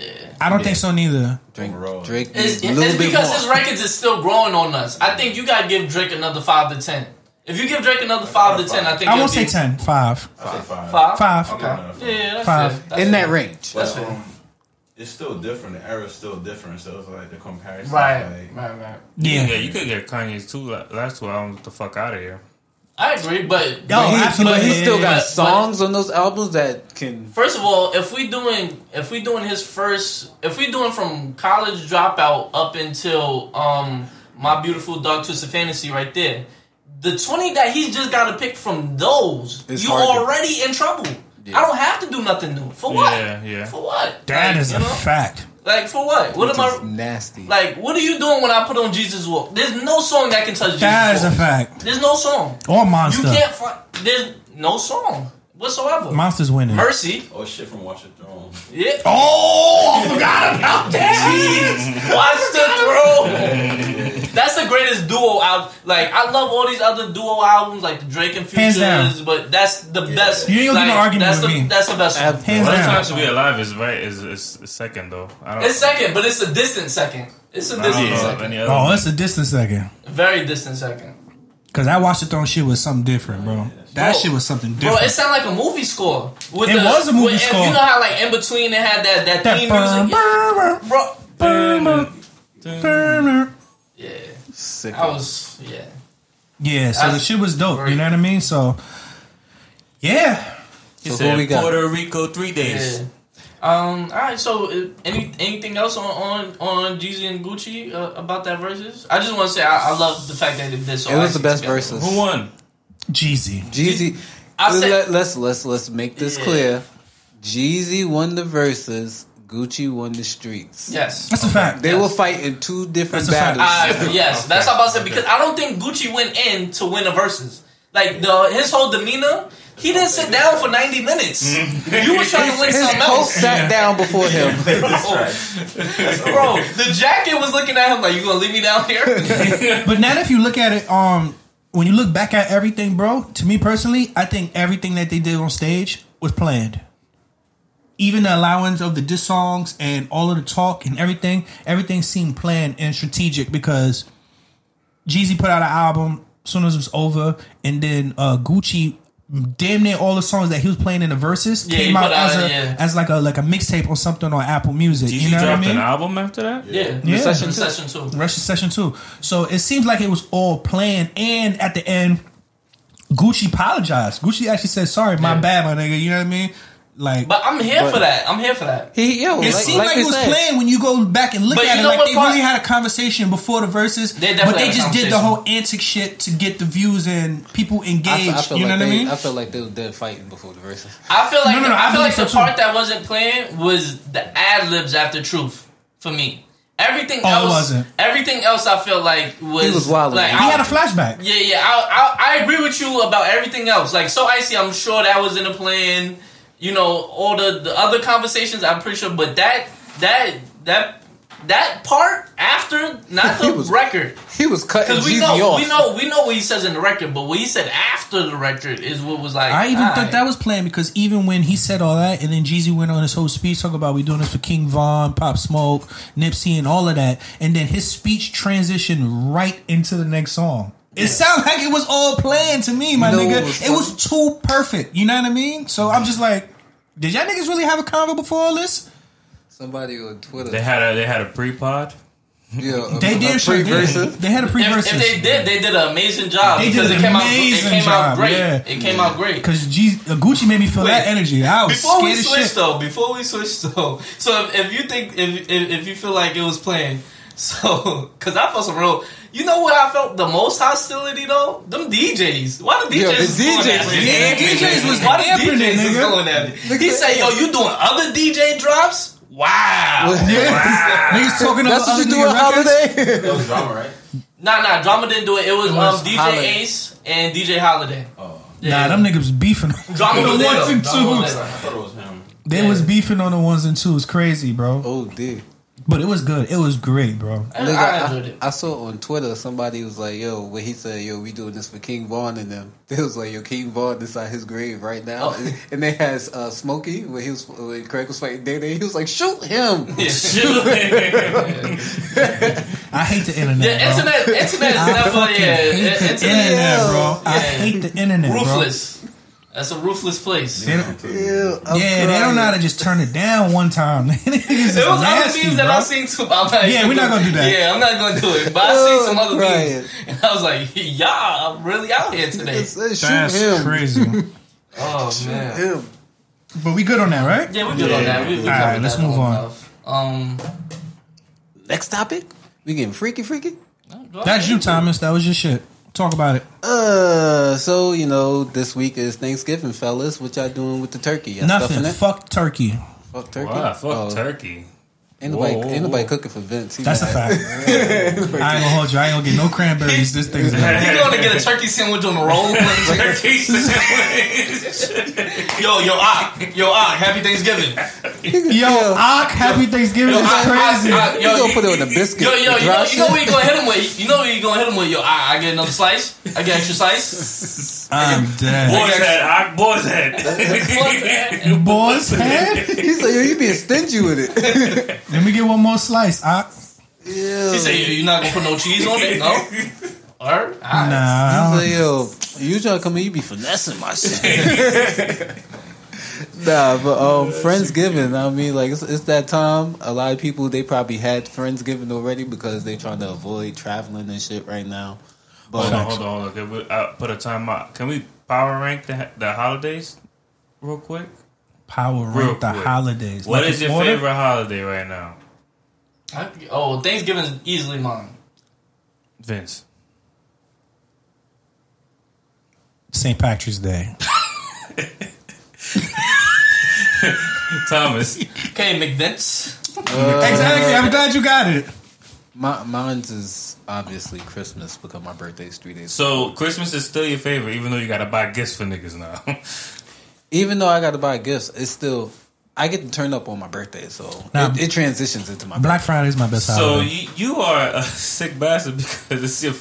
yet.
Yeah.
I don't think so neither.
Drake,
overall.
Drake
It's,
needs a
it's
little bit
because his
more.
records is still growing on us. I think you gotta give Drake another five to ten. If you give Drake another five to ten, I think
I
it'll
won't say
be
10. Five.
I say five.
Five.
Five.
I'm
Okay.
not a five.
Yeah, that's
Five.
it. That's
in
it.
that range.
That's
But,
fair.
um, It's still different. The era's still different. So it's like the comparison.
Right,
Like,
right, right.
Yeah.
Yeah, you could get Kanye's two la- last two albums the fuck out of here.
I agree, but
Yo,
But he-
absolutely.
but he still
But-
got
but-
songs on those albums that can.
First of all, if we doing if we doing his first if we doing from college dropout up until um my beautiful dark twisted fantasy right there, the twenty that he's just got to pick from those,
It's
you
hard to-
already in trouble.
Yeah.
I don't have to do nothing new for what?
Yeah, yeah.
For what?
That
like,
is
you
a
know?
fact.
like for what? What am
It's
I
nasty.
like? What are you doing when I put on Jesus Walk? There's no song that can touch Jesus.
That is a
Walk.
fact.
There's no song.
Or
You
Monster.
can't find. There's no song whatsoever.
Monster's winning.
Mercy.
oh shit from Watch the Throne.
home.
Yeah.
Oh, I forgot about that.
Watch the throne. That's the greatest duo out. Like I love all these other duo albums, like Drake and
Hands down.
Futures, but that's the best.
You ain't gonna get
like,
no argument
that's
with
the,
me.
That's the best.
Have-
One.
Hands
Last
down.
time should be alive is right is is is second though. I don't,
It's second, but it's a distant second. It's a
I don't
distant
know
second.
any other.
Oh, that's a distant second.
Very distant second.
Cause that Watch the Throne shit was something different, bro. That
Bro,
shit was something
Bro,
different.
it sounded like a movie score. With
It was a movie
with-
score.
You know how like in between it had that that,
that
theme
burn,
music.
burn,
Bro,
burn, burn, burn.
yeah,
Sick.
I was yeah.
Yeah, so the
That's
shit was dope. You
great.
know what I mean? So, yeah,
So who we got?
Puerto Rico three days.
Yeah. Um. All right. So, uh, any anything else on on on Jeezy and Gucci uh, about that versus? I just want to say I, I love the fact that they did so.
It was the
actually
best
together.
verses.
Who won?
Jeezy.
Jeezy.
I said-
let, us let's let's make this
Yeah.
clear. Jeezy won the verses. Gucci won the streets.
Yes.
That's a fact.
They
Yes.
will fight in two different
That's a fact.
battles.
I, yes. That's what I was saying because I don't think Gucci went in to win a versus. Like the his whole demeanor, he didn't sit down for ninety minutes. You were trying to win
His
something
coach
else.
sat down before him.
Bro, the jacket was looking at him like, "You gonna leave me down here?"
But now, if you look at it, um, when you look back at everything, bro, to me personally, I think everything that they did on stage was planned. Even the allowance of the diss songs and all of the talk and everything, everything seemed planned and strategic because Jeezy put out an album soon as it was over, and then uh, Gucci. Damn near all the songs that he was playing in the verses
Yeah, he
came out
put out-
as a
yeah.
as like a like a mixtape or something on Apple Music.
Did
you
you
know what I
drop
mean?
an album after that?
yeah.
Yeah.
Session
In
two.
Session two.
Russian session two. So it seems like it was all planned. And at the end, Gucci apologized. Gucci actually said, "Sorry, my
Yeah.
bad, my nigga." You know what I mean? Like
But I'm here for that. I'm here for that.
He, yo,
it
like,
seemed
like
like,
we
it was
said,
planned when you go back and look
But
at
you
it.
know
Like
what
they
part-
really had a conversation before the verses,
They
but
definitely
they
had a
just did the
conversation.
whole antic shit to get the views and people engaged.
I, fe- I feel
you know
like
what
they,
I mean?
I feel like they were dead fighting before the verses.
I feel like
No, no, no,
I,
I
feel like
believe
the
so, too.
part that wasn't playing was the ad libs after Truth for me. Everything
Oh, it
else,
wasn't.
everything else, I felt like was
He was wilding.
Like,
He
he
I-
had a flashback.
yeah, yeah. I, I I agree with you about everything else. Like so icy, I'm sure that was in the plan. You know, all the the other conversations, I'm pretty sure. But that that that that part after, not
He
the
was-
record.
He was cutting
Because we
Jeezy
know,
off.
we know, we know what he says in the record, but what he said after the record is what was like.
I even
aight.
thought that was planned because even when he said all that, and then Jeezy went on his whole speech talking about we doing this for King Von, Pop Smoke, Nipsey, and all of that, and then his speech transitioned right into the next song. It sounded like it was all planned to me, my
No,
nigga.
it
It
was
was, too perfect. You know what I mean? So I'm just like, did y'all niggas really have a convo before all this?
Somebody on Twitter.
They had a they had a pre pod.
yeah,
They did
pre
sure did.
verses.
They had a pre
If, if they
verses
did, they did an amazing job.
They did
because
an
it came out,
amazing
it came
job,
Out great.
yeah.
It came out great.
because uh, Gucci made me feel that
Wait.
energy. I was
Before we
scared as
switch,
shit.
though, before we switch, though, so if, if you think, if, if if you feel like it was playing, so because I felt some real, you know what I felt the most hostility though? Them DJs. Why the DJs?
Yeah, the
was going
DJs
at me?
was
Yeah, DJs was
Why the
amping
DJs
it,
was
nigga.
going at me? He
at-
said, "Yo, you doing other DJ drops? Wow."
Yeah. niggas talking
That's
about
what
other
you do
nigga
on
records.
holiday.
That was drama, right?
Nah, nah, drama didn't do it. It was,
was
um, DJ
Holiday.
Ace and DJ Holiday.
Oh,
Nah, them niggas beefing.
Drama
the
was there.
ones and
Drama was
twos.
there.
I thought it was him.
They was beefing on the ones and twos. Crazy, bro.
oh, dude.
But it was good. It was great, bro.
I,
Nigga,
I enjoyed it.
I, saw on Twitter somebody was like, "Yo," when he said, "Yo, we doing this for King Vaughn and them," they was like, "Yo, King Vaughn inside his grave right now,"
Oh.
and they had uh, Smokey when he was when Craig was fighting Day Day. He was like, "Shoot him!"
I hate the internet.
The
bro.
internet, internet is
I
never
fucking
yeah.
hate
it-
the
Internet
internet,
is
bro. I
Yeah.
hate the internet, bro.
ruthless. That's a ruthless place.
They
It
don't-
Ew, I'm
yeah, they don't know how to just turn it down one time. Niggas is
was other
nasty,
memes that
bro.
I've seen too. but I'm not
Yeah, we're not gonna do that.
Yeah, I'm not gonna do it. But I seen some
Oh,
other
Brian.
memes, and I was like, "Yeah, I'm really out here
crying.
today."
It said, "Shoot
That's
him!"
crazy.
Oh man.
Him.
But we good on that, right?
Yeah, we good on that. We, we
Alright,
covered
let's
that
move
long
on.
enough. Um,
Next topic, we getting freaky, freaky.
go
That's
ahead.
you, Thomas. That was your shit. Talk about it.
Uh, so you know, this week is Thanksgiving, fellas. What y'all doing with the turkey? Y'all
Nothing.
stuffing it?
Fuck turkey.
Fuck turkey.
Wow, fuck
Oh,
turkey.
Ain't nobody,
Whoa, whoa,
ain't nobody
whoa.
cooking for Vince. He
That's a
mad.
fact. I ain't gonna hold you. I ain't gonna get no cranberries. This thing's bad.
You gonna get a turkey sandwich on the roll?
turkey sandwich.
yo, yo, ah, yo, ah. Happy Thanksgiving.
Yo, Ock, happy Thanksgiving.
Yo,
It's
I- I-
crazy.
I-
You gonna put it on a biscuit?
ah, Yo, yo, you know,
Dry
you know
shit?
what you gonna hit him with? You know what you gonna hit him with? Yo, ah, I, I get another slice. I get extra slice.
I'm dead.
Boy's head. I, boy's head.
Fuck
Boy's head?
He's like, yo, you being stingy with it.
Let me get one more slice, Ock.
Yeah.
He say, yo, you not gonna put no cheese on it? No. All right.
Nah.
Nah.
I
He's
don't-
like, yo, you trying to come in, you be finessing my shit. nah, but um, Friendsgiving, I mean, like, it's, it's that time. A lot of people, they probably had Friendsgiving already because they trying to avoid traveling and shit right now.
Hold on,
But
hold on, hold on. Can we uh, put a timeout? Can we power rank the the holidays real quick?
Power
Real
rank the
quick.
holidays.
What
Like
is
in
your
order?
favorite holiday right now,
I, oh, Thanksgiving's easily mine.
Vince?
St. Patrick's Day.
Thomas.
Okay, McVince.
exactly. I'm glad you got it.
my, mine's is obviously Christmas because my birthday's three days.
So Christmas is still your favorite, even though you gotta buy gifts for niggas now.
Even though I got to buy gifts, it's still, I get to turn up on my birthday. So
Nah.
it, it transitions into my
Black Friday is my best
so
holiday.
you, you are a sick bastard because it's your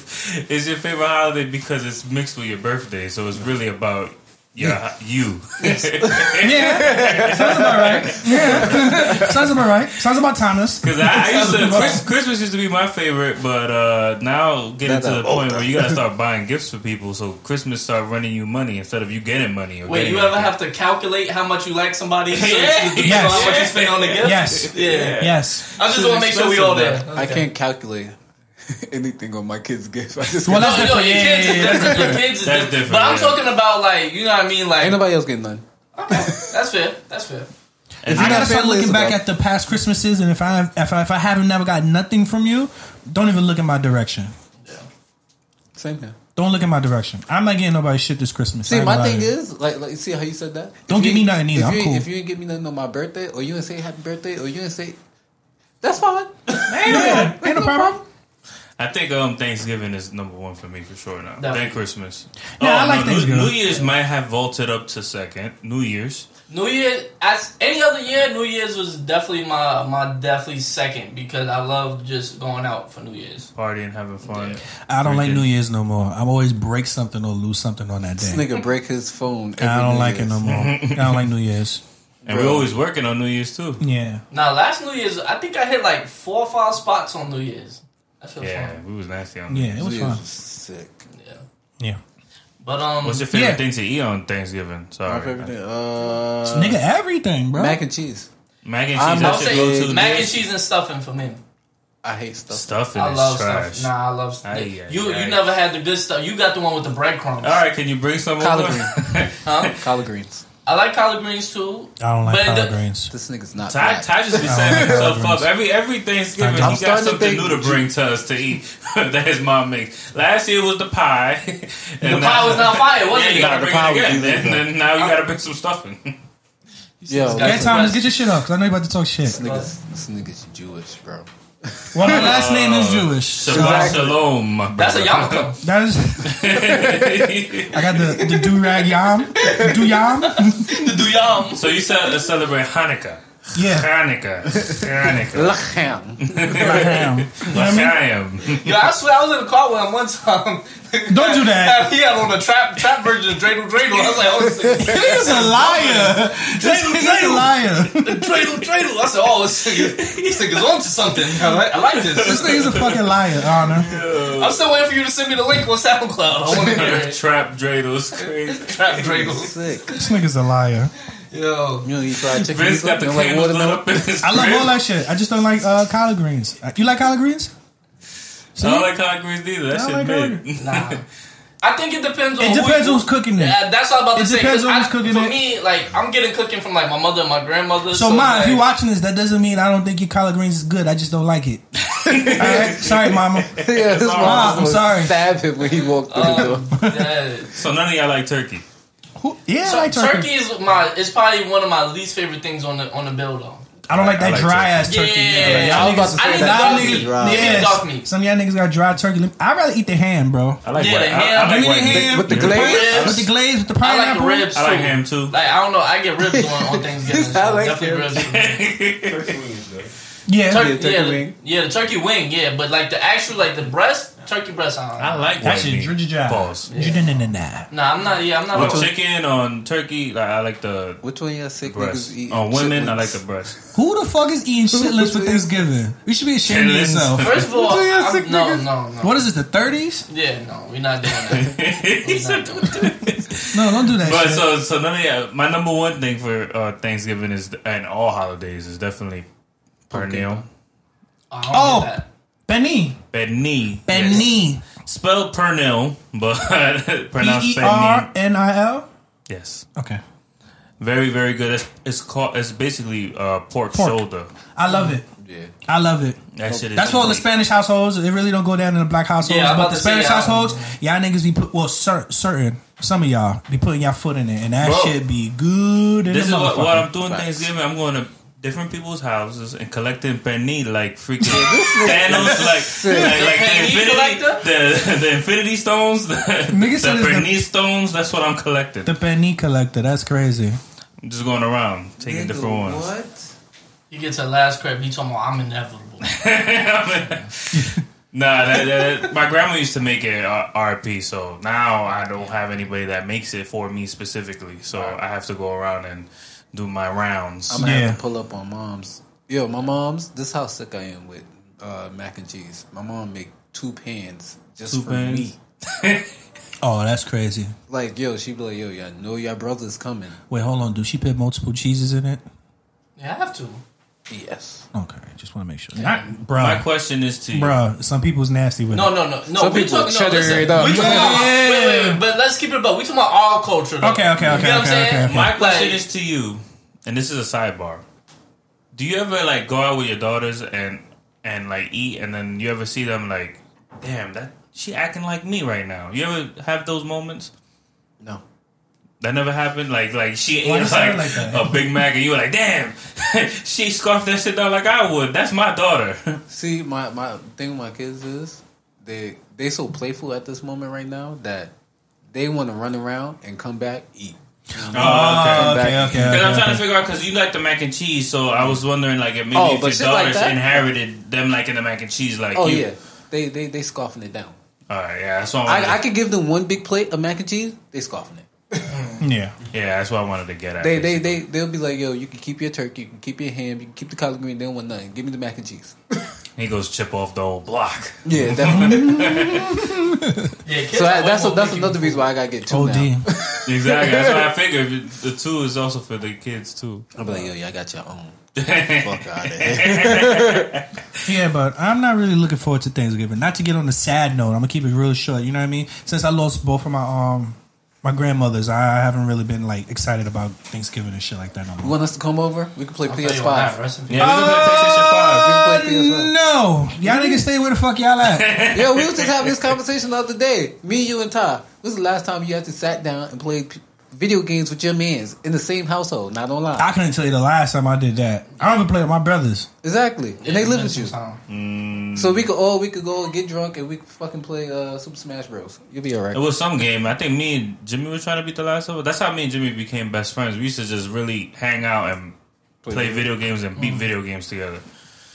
it's your favorite holiday because it's mixed with your birthday. So it's really about your, you.
yeah. Sounds about right. Yeah. Sounds about right. Sounds about timeless.
Because I, I used to Chris, Christmas used to be my favorite, but uh, now getting
That's
to
a
the point where you gotta start buying gifts for people. So Christmas start running you money instead of you getting money. Or
Wait,
getting
you ever have to calculate how much you like somebody? So
Yeah.
you
Yes.
know how much you spend on the gift?
Yes.
Yeah.
Yes.
I just want to make sure we all there.
I can't calculate anything on my kids' gift. I just
Well,
well,
that's
No, no, your
different. Yeah,
kids,
yeah,
is
yeah, that's
different. Your
different.
kids is
That's
different.
different,
But I'm
yeah.
talking about like, you know what I mean? Like,
ain't nobody else getting none.
that's fair. That's fair.
If
I
you
gotta
got
start
family,
looking
it's
back
about-
at the past Christmases, and if I have, if I, if I haven't never got nothing from you, don't even look in my direction.
Same here.
Don't look in my direction. I'm not getting nobody shit this Christmas. I
See,
ain't
my
gonna lie
thing
to you.
is like, like, see how you said that. If
Don't
you
give me
ain't-
nothing either.
If
I'm
you, ain't-
cool.
If you ain't give me nothing on my birthday, or you ain't say happy birthday, or you ain't say, that's fine.
yeah, ain't no problem.
I think um Thanksgiving is number one for me for sure now.
No.
Then Christmas. Oh,
No, I like
New-
Thanksgiving.
New Year's might have vaulted up to second. New Year's.
New Year, as any other year, New Year's was definitely my my definitely second because I love just going out for New Year's.
Partying, having fun.
Yeah.
I don't like
Freaking-
New Year's no more. I always break something or lose something on that
This
day.
nigga break his phone. Every
I don't
New
like it
Year's.
no more. I don't like New Year's.
And we're always working on New Year's too.
Yeah.
Now, last New Year's, I think I hit like four or five spots on New Year's. I feel
Yeah,
fine.
we was nasty on New
Yeah,
Year's.
it was
New
fun.
Year's is sick.
Yeah.
Yeah.
But, um,
What's your favorite
Yeah.
thing to eat on Thanksgiving?
My
Sorry.
favorite thing, uh,
Nigga, everything, bro.
mac and cheese.
Mac and
I'm
cheese.
I'll
That should go
say
to the
mac and
best.
cheese and stuffing for me.
I hate stuff.
Stuffing
I
is
love
trash.
stuff. Nah, I love stuff.
Aye,
you
aye,
you
aye.
never had the good stuff. You got the one with the breadcrumbs.
All right, can you bring some
Collard
over?
Huh?
Collard greens.
I like collard greens too.
I don't like
But
collard
the-
greens.
This nigga's not.
Ty,
black.
Ty just
I
be
don't
setting
like
himself
collard
up every every Thanksgiving. He
I'm
got
starting to
something
think-
new to bring to us to eat that his mom makes. Last year was the pie. and
The pie was not fire,
Yeah,
wasn't
you
it?
gotta
the
bring
pie
it
was
again.
easy,
And
bro.
then now you gotta bring some stuffing.
Yo,
This
Yeah,
guy's
that's-
Thomas, get your shit up, because I know you about to talk shit.
this nigga's this nigga's Jewish, bro.
Well, my last name is Jewish.
Shabbat shalom. my
That's a
brother.
yarmulke.
That is, I got the, the do rag yam. Do yam?
the duyam.
so you ce- celebrate Hanukkah.
Yeah.
Hanukkah. Hanukkah.
Lachem.
Ham.
L'chaim.
Yo, I swear, I was in the car with him one time.
Don't do that.
he had on the trap trap version of Dreidel Dreidel. I was like, oh, this is-
He's a liar. This nigga's a liar.
Dreidel Dreidel. I said, oh, this nigga, this nigga's onto something. I like, I like
This
this.
nigga's a fucking liar, Honor.
I'm still waiting for you to send me the link on SoundCloud. I want to hear it.
Trap dreidels. Crazy.
Trap Dreidel.
Sick.
This nigga's a liar.
Yo.
You know, you fried chicken.
Vince
you
got the
don't like
candles lit
watermelon.
up in his
I love
crib.
all that shit. I just don't like uh, collard greens. Uh, You like collard greens?
I don't like collard greens either. That
I don't like
shit
collard
mid.
Nah. I think it depends on
It
who
depends
you-
who's cooking it.
Yeah, that's all I'm about to
It
say.
depends
'cause
on who's
I-
cooking
for
it.
me, like I'm getting cooking from like my mother and my grandmother.
So, Ma,
like,
if you're watching this, that doesn't mean I don't think your collard greens is good. I just don't like it. All right? Sorry, Mama.
Yeah, his mom
Wow, I'm
was gonna
sorry.
Stab him when he walked through the
Um,
door.
yeah.
So none of y'all like turkey.
Who- Yeah, I
So,
like
turkey.
turkey.
is my. It's probably one of my least favorite things on the on the bill though.
I don't like that
I like
dry
turkey.
ass
Yeah,
turkey.
yeah, yeah,
I was about to
I
say
need
that.
Y'all
dark
Nah,
niggas,
meat.
dry.
Yeah,
yeah,
dark meat.
some of y'all niggas got dry turkey. Let me- I'd rather eat the ham, bro.
I like
Yeah,
white.
the
I,
ham.
I like
Give me
white.
the ham.
With the
Yeah.
glaze?
Ribs.
With the glaze, with the
I like
pineapple.
the ribs.
I like
too.
ham too.
Like I don't know, I get ribs on, on Thanksgiving. So
I like
definitely
ham.
ribs. Turkey,
Turkey wings, though.
Yeah,
Yeah, turkey
yeah, the-
wing.
yeah, the turkey wing, yeah, but like the actual like the breast, turkey breast. I don't know.
I like
That
white
shit
meat.
ginger jive.
Pause.
Yeah.
Nah, I'm not. Yeah, I'm not.
On
about-
chicken, on turkey, like I like the
Which one y'all sick
breast.
niggas eat?
On women, I like the
Chitlins.
breast.
Who the fuck is eating shitless for Thanksgiving? You should be ashamed of
Shitless.
yourself.
First of all,
What are you
I'm-
sick
no,
niggas?
no, no.
What is this? The thirties?
Yeah, no, we're not doing that.
He
We're not
said-
doing that.
No, don't do that.
But
shit.
so so none of y'all- my number one thing for uh, Thanksgiving is and all holidays is definitely pernil.
I don't
Oh.
get that.
Benny,
Benny.
Benny,
Spell pernil, but
B
pronounced
E R
Benny.
N I L.
Yes.
Okay,
Very, very good. It's, it's called it's basically uh, pork,
Pork.
shoulder.
I love it.
Yeah.
I love it.
That shit is
That's what all the
great.
Spanish households. It really don't go down in the black households,
Yeah, I'm
but
about
the
to say,
Spanish
yeah.
households, y'all niggas be put. Well, cer- certain some of y'all be putting y'all foot in it, and that
Bro.
shit be good. In
This is
the
what, what I'm doing
Facts.
Thanksgiving. I'm going to different people's houses and collecting pernil like freaking Thanos, like, like, like the,
Pernil
infinity,
collector?
the, the infinity stones, the,
said
the
it's the-
pernil stones. That's what I'm collecting.
the penny collector. That's crazy.
I'm just going around taking
Nigga,
different ones.
What?
You get to the last crab, you talking about I'm inevitable.
Nah, that, that, that- my grandma used to make it uh, RP, so now I don't have anybody that makes it for me specifically. So I have to go around and do my rounds.
I'm gonna
Yeah.
have to pull up on mom's. Yo, my mom's. This is how sick I am with uh, mac and cheese. My mom make two pans just
Two
for
pans?
me.
Oh, that's crazy.
Like yo, she be like yo, y'all know your brother's coming.
Wait, hold on. Do she put multiple cheeses in it?
Yeah, I have to.
Yes.
Okay, just want to make sure. Not,
my
bruh,
question is to you.
bruh. Some people's nasty with
No,
it.
no, no, no.
Some
we
people
talking no,
cheddar
listen,
it up.
We talking about,
Yeah.
wait, wait, wait, but let's keep it about. We talking about all culture. Though.
Okay, okay,
You
okay,
get what I'm
okay,
saying?
okay, okay.
My
Like,
question is to you, and this is a sidebar. Do you ever like go out with your daughters and and like eat, and then you ever see them like, damn, that she acting like me right now? You ever have those moments?
No.
That never happened. Like like she
Why
ate
you sound
like,
like that?
a Big Mac, and you were like, damn, she scarfed that shit down like I would. That's my daughter.
See, my my thing with my kids is they they so playful at this moment right now that they want to run around and come back eat.
Oh,
Come
okay,
back.
okay.
Because
okay,
I'm trying to
okay.
figure out because you like the mac and cheese, so I was wondering like if maybe
Oh,
if
but
your
shit like
daughters
that?
inherited them liking the mac and cheese like
Oh
you.
yeah, they they they scoffing it down.
All right, yeah, that's
Oh,
what I, wanted
I, I
to-
could give them one big plate of mac and cheese. They scoffing it.
Yeah.
yeah, that's what I wanted to get at.
They they
basically.
they they'll be like, yo, you can keep your turkey, you can keep your ham, you can keep the collard green. They don't want nothing. Give me the mac and cheese.
He goes chip off the whole block.
yeah, definitely.
yeah, kids
so
are
that,
way
that's
more
that's
picky.
another reason why I gotta get two
Oh,
now.
damn.
Exactly. That's what I figured. The two is also for the kids too.
I'll be like, yo, y'all got your own. Fuck out of here.
Yeah, but I'm not really looking forward to Thanksgiving. Not to get on the sad note, I'm gonna keep it real short. You know what I mean? Since I lost both of my um my grandmothers, I, I haven't really been like excited about Thanksgiving and shit like that no
You
more.
want us to come over? We can play
I'll tell
PS
you what,
Five.
nah, rest in peace.
Yeah, we
Uh,
can
play PS5.
no, y'all niggas stay where the fuck y'all at.
Yo, we was just having this conversation the other day. Me, you, and Ty. This is the last time you actually sat down and played p- video games with your mans in the same household, not online.
I couldn't tell you the last time I did that. I don't even play with my brothers.
exactly. And they
Yeah,
live
it's
with you.
been some time.
So we could all, we could go and get drunk and we could fucking play uh, Super Smash Bros. You'll be
It
alright.
was some game. I think me and Jimmy were trying to beat the last of it. That's how me and Jimmy became best friends. We used to just really hang out and play, video games and beat video games together.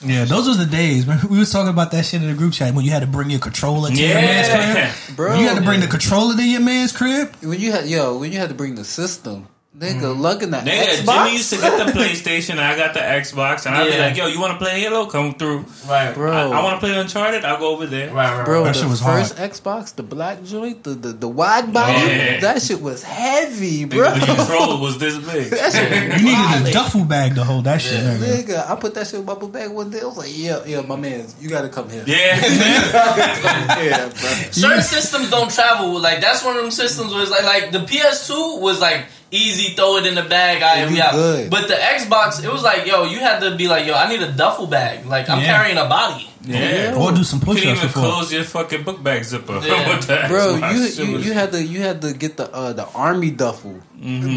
Yeah, those was the days. Man, we was talking about that shit in the group chat when you had to bring your controller to your man's crib.
Yeah.
Bro,
you had to bring the controller to your man's crib.
when you had, yo, when you had to bring the system, nigga,
Mm-hmm.
lugging the
Nigga,
Xbox.
Jimmy used to get the PlayStation and I got the Xbox and I'd be
Yeah.
like, yo, you want to play Halo? Come through.
Right,
Bro.
right,
I, want to play Uncharted. I'll go over there.
right,
Bro,
right.
That
the
shit was
first Xbox, the black joint, the the, the wide body,
Yeah.
that shit was heavy, bro.
Nigga, The controller was this big.
That shit
You needed a duffel bag to hold that shit. nigga.
Nigga, I put that shit in my bag one day. I was like, yeah, yeah, my man, you gotta come here.
Yeah.
yeah, bro.
Certain systems don't travel. Like that's one of them systems where it's like, like the PS2 was like easy, throw it in the bag. I
You
we out.
good.
But the Xbox, it was like, yo, you had to be like, yo, I need a duffel bag. Like I'm
Yeah.
carrying a body.
Yeah.
Or do some
You
push
can
ups
even
before.
close your fucking book bag zipper.
Yeah.
What the
Bro,
heck?
you,
That shit
you
was-
you had to you had to get the uh, the army duffel.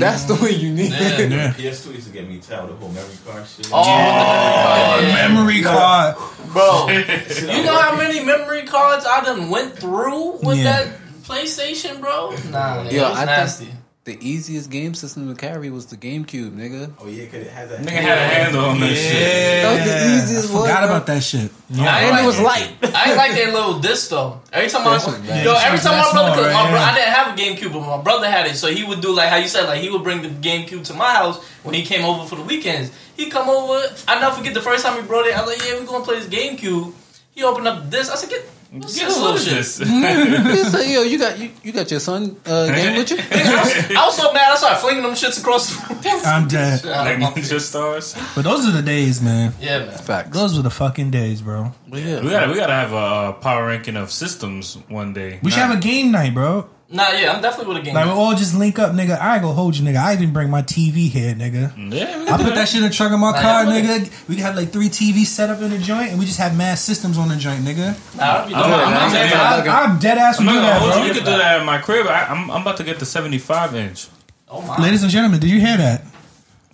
That's the way you need.
Yeah.
it.
Yeah.
PS2 used to get me tired the whole memory card shit.
Oh,
Oh,
yeah.
Memory card.
bro.
Shit,
You
I
know
was-
how many memory cards I done went through with
Yeah.
that PlayStation, bro? Nah,
Yo,
it was
I think-
nasty.
The easiest game system to carry was the GameCube, nigga.
Oh yeah, cause it has that.
Nigga had a handle on that shit.
That was the easiest
I
one.
forgot
bro.
about that shit.
I
And it
ain't
was
like,
light.
I ain't like that little disc though. Every time
That shit
I,
bad.
yo, every time my
That's
brother,
small,
my
right?
bro, I
Yeah.
didn't have a GameCube, but my brother had it, so he would do like how you said, like he would bring the GameCube to my house when he came over for the weekends. He come over, I never forget the first time he brought it. I was like, yeah, we gonna play this GameCube. He opened up this. I said, get, what's
Guess
this little
what is
shit?
this?
Mm. You say, yo, you got you, you got your son uh, game with you?
I was, I was so mad, I started flinging them shits across the room.
I'm dead.
Like Ninja Stars?
But those are the days, man.
Yeah, man.
Facts.
Those were the fucking days, bro.
But yeah.
We gotta, we gotta have a uh, power ranking of systems one day.
We should have a game night, bro.
Nah, yeah, I'm definitely with a game.
Like we all just link up, nigga. I ain't gonna hold you, nigga. I even bring my TV here, nigga.
Yeah, we
I
can do
put that shit in the trunk of my
Like,
car,
I'm with
nigga. We can have like three TVs set up in the joint, and we just have mass systems on the joint, nigga.
nah, I'll be doing it.
I'm not-
I'm
I'm
dead-
not-
I'll-
I, I'm dead ass
I'm
with
not
you,
gonna
that,
hold Oh, you.
bro.
You can do that in my crib. I, I'm, I'm about to get the 75 inch.
Oh my,
Ladies and gentlemen, did you hear that?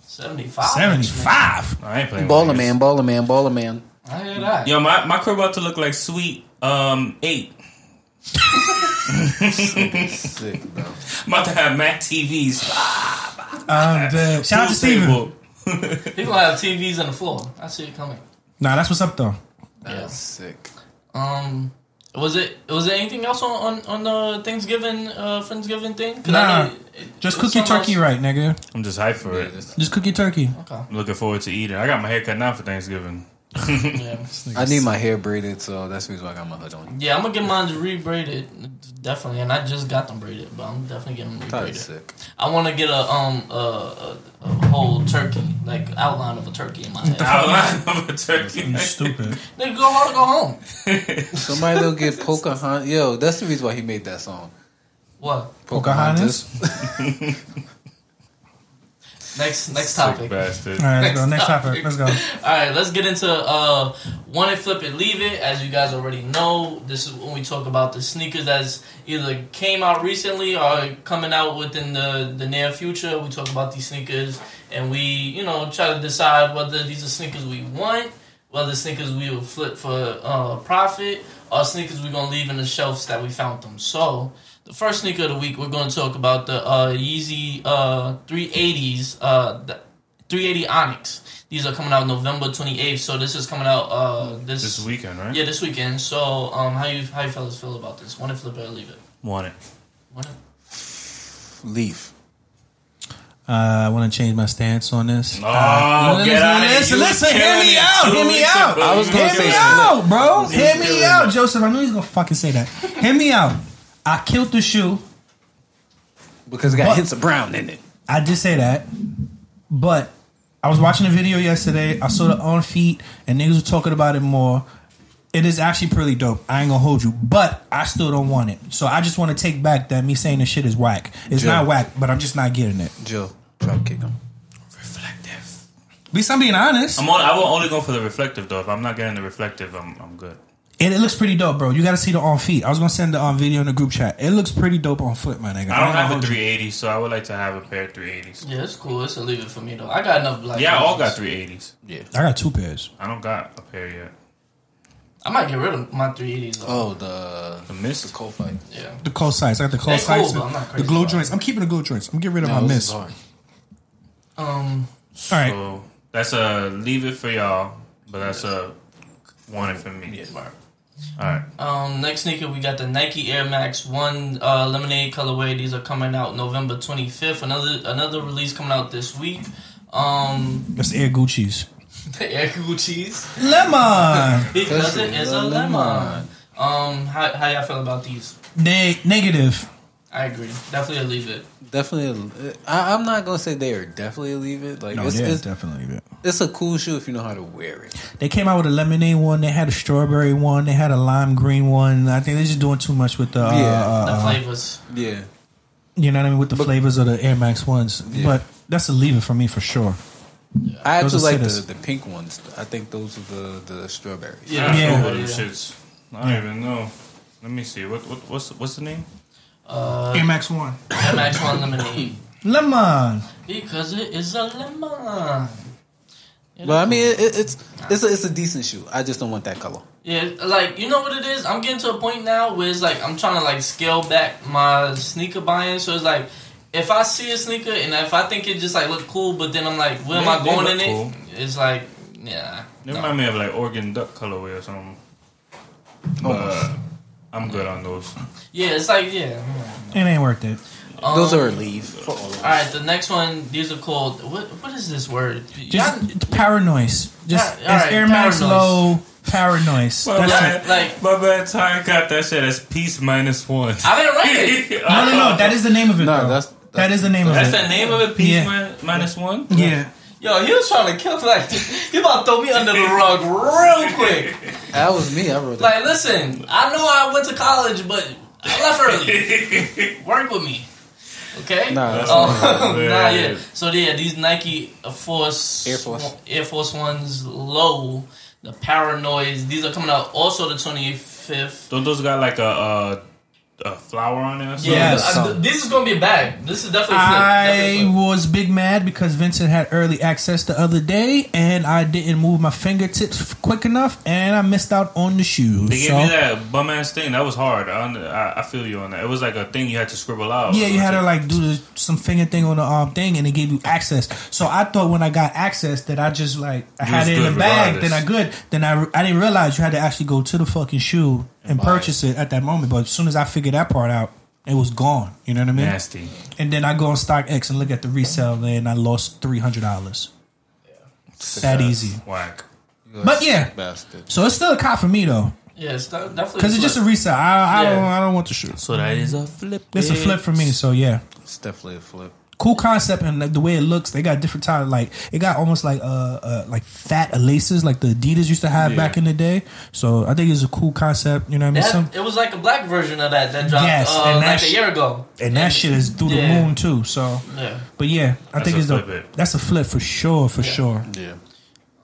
seventy five.
Seventy-five.
I ain't playing. with
Baller
niggas.
man, baller man, baller man.
I hear that.
Yo, my, my crib about to look like sweet um eight.
Sick, bro.
I'm about to have Mac TVs.
I'm dead. Shout out to
pool
Steven.
table.
He gonna have TVs on the floor. I see it coming.
Nah, that's what's up though.
Yeah.
That's sick.
Um, was it was there anything else on on, on the Thanksgiving uh Friendsgiving thing? 'Cause
Nah.
need- it-
Just
it
cook
was
your
something
turkey
else.
right, nigga.
I'm just hyped for it.
Just cook your turkey.
Okay.
I'm looking forward to eating. I got my hair cut now for Thanksgiving.
Yeah.
I need my hair braided, so that's the reason why I got my hood on.
yeah, I'm gonna get mine rebraided, definitely, and I just got them braided, but I'm definitely getting them
That's
rebraided.
sick.
I want to get a um a, a, a whole turkey, like outline of a turkey in my head.
Outline of a turkey.
You stupid.
Nigga, go hard or go home.
Somebody will get Pocahontas. Yo, that's the reason why he made that song.
What?
Pocahontas?
Next next
Sick
topic.
bastard.
All right, let's go.
Next
Next topic.
topic.
Let's go.
All right, let's get into uh, want it, flip it, leave it. As you guys already know, this is when we talk about the sneakers that's either came out recently or coming out within the the near future. We talk about these sneakers and we, you know, try to decide whether these are sneakers we want, whether sneakers we will flip for uh, profit, or sneakers we're gonna leave in the shelves that we found them. So. The first sneaker of the week, we're going to talk about the uh, Yeezy uh, 380s, uh, the 380 Onyx. These are coming out November 28th, so this is coming out uh this,
This weekend, right?
yeah this weekend. So um, how you how you fellas feel about this? Want to flip it or leave it?
Want it.
Want it?
Leaf.
Uh, I want to change my stance on this.
Oh,
Uh, listen,
get out of
listen,
here. You
listen,
was
hear
killing
me
it
out,
two
hear me
weeks
out.
ago.
I was
You
gonna
was
Hear me
say
killing it.
something.
out, bro.
He's
Hear me
killing
out,
it.
Joseph. I knew he was gonna fucking say that. Hear me out. I killed the shoe.
Because it got
What?
hints of brown in it.
I did say that, but I was watching a video yesterday. I saw the on feet, and niggas were talking about it more. It is actually pretty dope. I ain't gonna hold you, but I still don't want it. So I just want to take back that me saying this shit is whack. It's
Yeah.
not whack, but I'm just not getting it.
Joe, drop kick him.
Reflective.
At least I'm being honest.
I'm on, I will only go for the reflective though. If I'm not getting the reflective, I'm, I'm good.
And it looks pretty dope, bro. You got to see the on feet. I was gonna send the on video in the group chat. It looks pretty dope on foot, my nigga.
I don't
ain't
have
gonna
a
hold you.
380, so I would like to have a pair of 380s.
Yeah, it's cool. It's a leave it for me though. I got enough black.
Yeah, I all got
versions.
380s.
Yeah.
I got two pairs.
I don't got a pair yet.
I might get rid of my 380s though.
Oh, the
The mist.
the cold fight.
Yeah.
The close sides. I got the close
They're cool,
sides.
but I'm not
the
crazy
glow
about it.
joints. I'm keeping the glow joints. I'm getting rid of
No,
my
this is
miss. All
hard.
Um.
right.
So that's a leave it for y'all, but that's a want it for me. All right.
Um, next sneaker we got the Nike Air Max One uh, Lemonade colorway. These are coming out November twenty fifth. Another another release coming out this week. Um,
That's Air Gucci's.
the Air Gucci's.
Lemon.
Because it is a
Lemon.
lemon. Um, how how y'all feel about these?
Ne- negative.
I agree. Definitely leave it.
Definitely, I, I'm not gonna say they are definitely leave it. Like
No,
it's,
yeah,
it's,
definitely. yeah.
it's a cool shoe if you know how to wear it.
They came out with a lemonade one. They had a strawberry one. They had a lime green one. I think they're just doing too much with the. Uh,
Yeah.
uh,
The
uh,
flavors.
Yeah,
You know what I mean? With the flavors of the Air Max ones.
Yeah.
But that's a leave it for me for sure.
I actually
Those are
like
cinners.
the, the pink ones. I think those are the the strawberries.
Yeah.
I don't
Yeah.
know what them shits. I don't even know. Let me see. What what what's what's the name?
Uh,
Air Max One.
MX One lemonade
Lemon.
because it is a lemon.
But I mean, it, it, it's it's a, it's a decent shoe. I just don't want that color.
Yeah, like you know what it is. I'm getting to a point now where it's like I'm trying to like scale back my sneaker buying. So it's like if I see a sneaker and if I think it just like look cool, but then I'm like, where am
They-
I
they
going in
look cool.
it? It's like, yeah,
They
no.
remind me of like Oregon duck colorway or something.
Almost.
But I'm good on those.
yeah, it's like yeah.
It ain't worth it.
Um,
those are a leave. For all of us.
All right, the next one. These are called what? What is this word?
Just
Y'all-
paranoise. Just
Yeah, all
it's
right,
Air Max
paranoise.
Low paranoise.
My
That's
yeah,
it.
bad,
like-
my bad. Ty got that shit as peace minus one.
I didn't write it.
No, no, no. That is the name of it.
No,
though.
that's-
that is the name of
That's
it.
the name of it. Peace
Yeah.
min- minus one.
Yeah.
Yo, he was trying to kill me. Like he about to throw me under the rug real quick.
That was me. I wrote that.
Like, listen, I know I went to college, but I left early. Work with me, okay?
Nah, that's
Oh,
not-
nah,
yeah.
yeah. So yeah, these Nike Air Force
Air Force.
Air Force Ones low, the Paranoids. These are coming out also the twenty fifth.
Don't those got like a uh, a flower on it? Or something?
Yes.
Uh, this is gonna be a bag. This is definitely. a flip. Definitely a
I
flip.
was big mad because Vincent had early access the other day, and I didn't move my fingertips f- quick enough, and I missed out on the shoes.
They gave
So-
me that bum ass thing. That was hard. I, under- I I feel you on that. It was like a thing you had to scribble out.
Yeah, you had to like do the, some finger thing on the um thing, and it gave you access. So I thought when I got access that I just like I
You
had
was
it in the
good
bag,
regardless.
then I good, then I I didn't realize you had to actually go to the fucking shoe and,
buy it.
purchase it. at that moment. But as soon as I figured that part out, it was gone. You know what I mean?
nasty.
And then I go on StockX and look at the resale, and I lost three hundred dollars. That easy.
Whack.
You
But yeah.
bastard.
So it's still a cop for me though,
Yeah, it's de- definitely.
because it's
flip.
just a resale. I, I
Yeah.
don't I don't want the shoes.
So that is a flip.
It's a flip for me. So yeah.
It's definitely a flip.
cool concept and like, the way it looks. They got different type like it got almost like uh, uh like fat laces like the Adidas used to have
Yeah.
back in the day. So I think it's a cool concept. You know what I mean?
That-
Some,
it was like a black version of that that dropped
Yes,
uh,
and
like
that's-
a year ago.
and that shit is through
Yeah.
the moon too. So,
Yeah.
but yeah, I
That's
think
a
it's
flip
a,
it.
that's a flip for sure, for sure.
Yeah.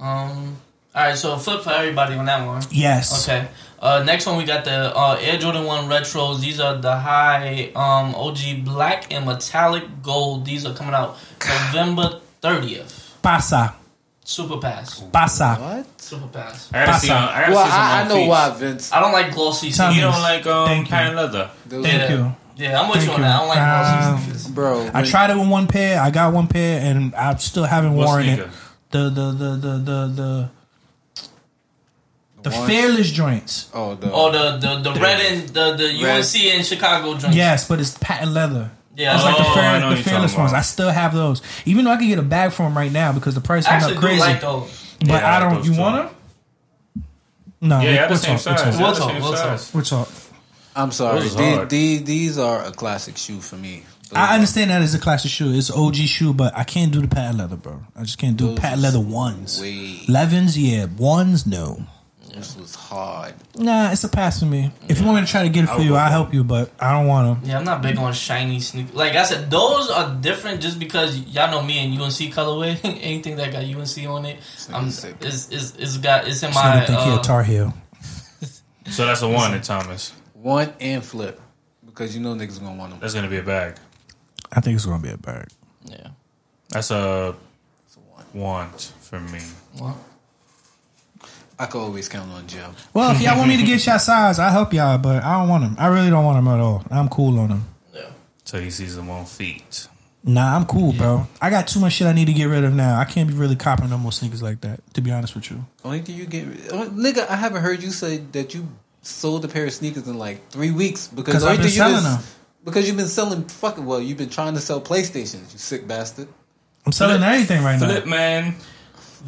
Um. All right, so flip for everybody on that one.
Yes.
Okay. Uh, next one we got the uh, Air Jordan One retros. These are the high um, OG black and metallic gold. These are coming out November thirtieth.
Pasa,
Super pass.
pasa.
What?
Super pass.
I gotta see.
Pasa.
on- I gotta
Well,
see some
I, I
on
know
feet.
why Vince.
I don't like glossy.
Tell
sneakers.
You don't like um
Thank you.
patent leather.
Those-
Thank
Yeah.
you.
Yeah, I'm with
Thank
you on
you.
that. I don't like
Um,
glossy sneakers.
Bro,
I
when-
tried it with one pair. I got one pair, and I'm still haven't
What
worn it.
sneaker?
The the the the the the, the
ones-
fearless joints.
Oh, the,
Oh, the the, the red and the the
Red.
UNC and Chicago joints.
Yes, but it's patent leather.
Yeah.
It's like the,
Oh,
fair-
I know
the
you're
fearless
talking
ones.
about.
I still have those, even though I could get a bag for them right now because the price
I
went up
actually do
crazy.
like those.
but
Yeah, I
I
like
don't.
those
You
too.
want them? No,
Yeah,
we-
yeah, the
we'll
same
talk, we'll
size.
talk.
Yeah,
We'll
the
talk,
same
we'll talk.
size.
We'll talk.
I'm sorry.
Those is
The-
hard.
the- these are a classic shoe for me. Those-
I understand that it's a classic shoe. It's an OG shoe, but I can't do the patent leather, bro. I just can't do
Those
patent
is
leather ones.
way-
Elevens, yeah. Ones, no.
This was hard.
Nah, it's a pass for me. If you want me to try to get it for you, I'll help you, but I don't want them.
Yeah, I'm not big on shiny sneakers. Like I said, those are different just because y'all know me and UNC colorway. Anything that got UNC on it, I'm
sick.
is is is got it's in
So I
my.
don't think he a
Uh,
Tar Heel.
So that's a one, Thomas.
One and flip. Because you know niggas gonna want them.
That's gonna be a bag.
I think it's gonna be a bag.
yeah.
That's a
It's a one.
want for me.
Well,
I could always count on Jim.
Well, if y'all want me to get y'all size, I'll help y'all, but I don't want them. I really don't want them at all. I'm cool on them.
yeah.
Till he sees them on feet.
Nah, I'm cool, bro. I got too much shit I need to get rid of now. I can't be really copping no more sneakers like that, to be honest with you.
Only thing you get, oh, nigga. I haven't heard you say that you sold a pair of sneakers in like three weeks because
'Cause
only
I've been
thing you
selling them.
Because you've been selling fucking well, you've been trying to sell PlayStations. You sick bastard.
I'm selling everything right now.
Flip man.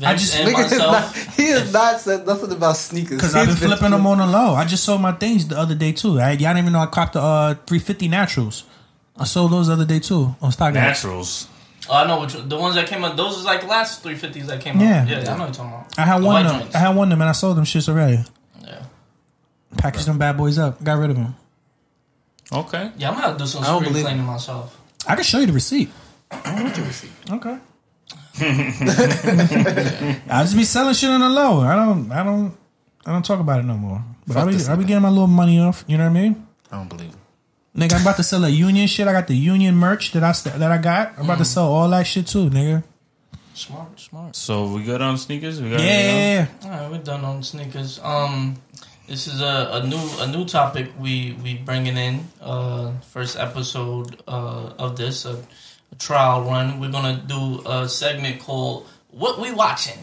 I
Vince
just-
and
Nigga, has
myself.
not, he has not said nothing about sneakers.
Because I've been
He's
flipping them on the low. I just sold my things the other day, too. I, y'all didn't even know I copped the uh, 350 Naturals. I sold those the other day, too, on StockX.
Naturals.
Oh, I know which the ones that came out. Those is like last 350s that came
Yeah.
out. Yeah, I know what you're talking about.
I had
The
one
white
of them.
joints.
I had one of them, and I sold them shits already.
yeah.
Packaged them bad boys up. Got rid of them.
Okay.
Yeah, I'm gonna have to do some
I don't
screenplay
believe-
to myself.
I can show you the receipt. Okay. I just be selling shit on the low. I don't. I don't. I don't talk about it no more. But
Fuck
I be,
this
I be
nigga.
getting my little money off. You know what I mean?
I don't believe it.
Nigga, I'm about to sell a union shit. I got the union merch that I st- that I got. I'm about to sell all that shit too, nigga.
Smart, smart.
So we good on sneakers? We got
Yeah,
anything else?
yeah,
All right, we're done on sneakers. Um, this is a, a new a new topic we we bringing in. Uh, first episode uh of this a, a trial run. We're gonna do a segment called "What We Watching."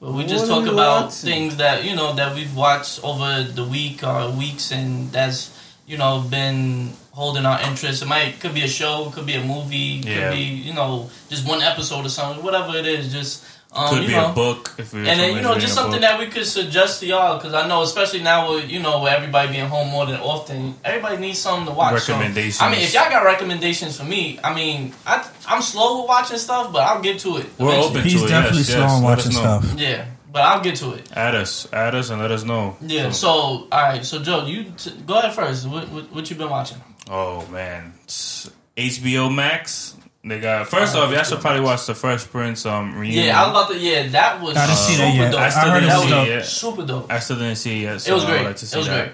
Where we just
What
talk
we
about
watching?
things that you know that we've watched over the week or weeks, and that's you know been holding our interest. It might could be a show, could be a movie,
Yeah.
could be you know just one episode or something, whatever it is. Just um,
Could
you
be
know,
a book if we.
and then you know
somebody's
just something
reading a book.
that we could suggest to y'all because I know especially now with you know with everybody being home more than often, everybody needs something to watch. So,
Recommendations.
I mean, if y'all got recommendations for me, I mean, I I'm slow with watching stuff, but I'll get to it.
We're
eventually.
open
yeah. He's
to it.
definitely
yes,
slow
yes.
on
Let us
watching
know.
stuff.
Yeah, but I'll get to it.
Add us, add us, and let us know.
Yeah.
So-
So all right. So Joe, you t- go ahead first. What, what what you been watching?
Oh man, It's HBO Max. They got first off, y'all should probably watch the Fresh Prince um
Yeah,
reunion.
I was about to. Yeah, that was
I didn't see
super
that yet.
dope.
I
still
heard
didn't
it
that
was
see
dope.
it yet.
super dope.
I still didn't see it yet. So
It was
I would
great.
Like to see
It was
that.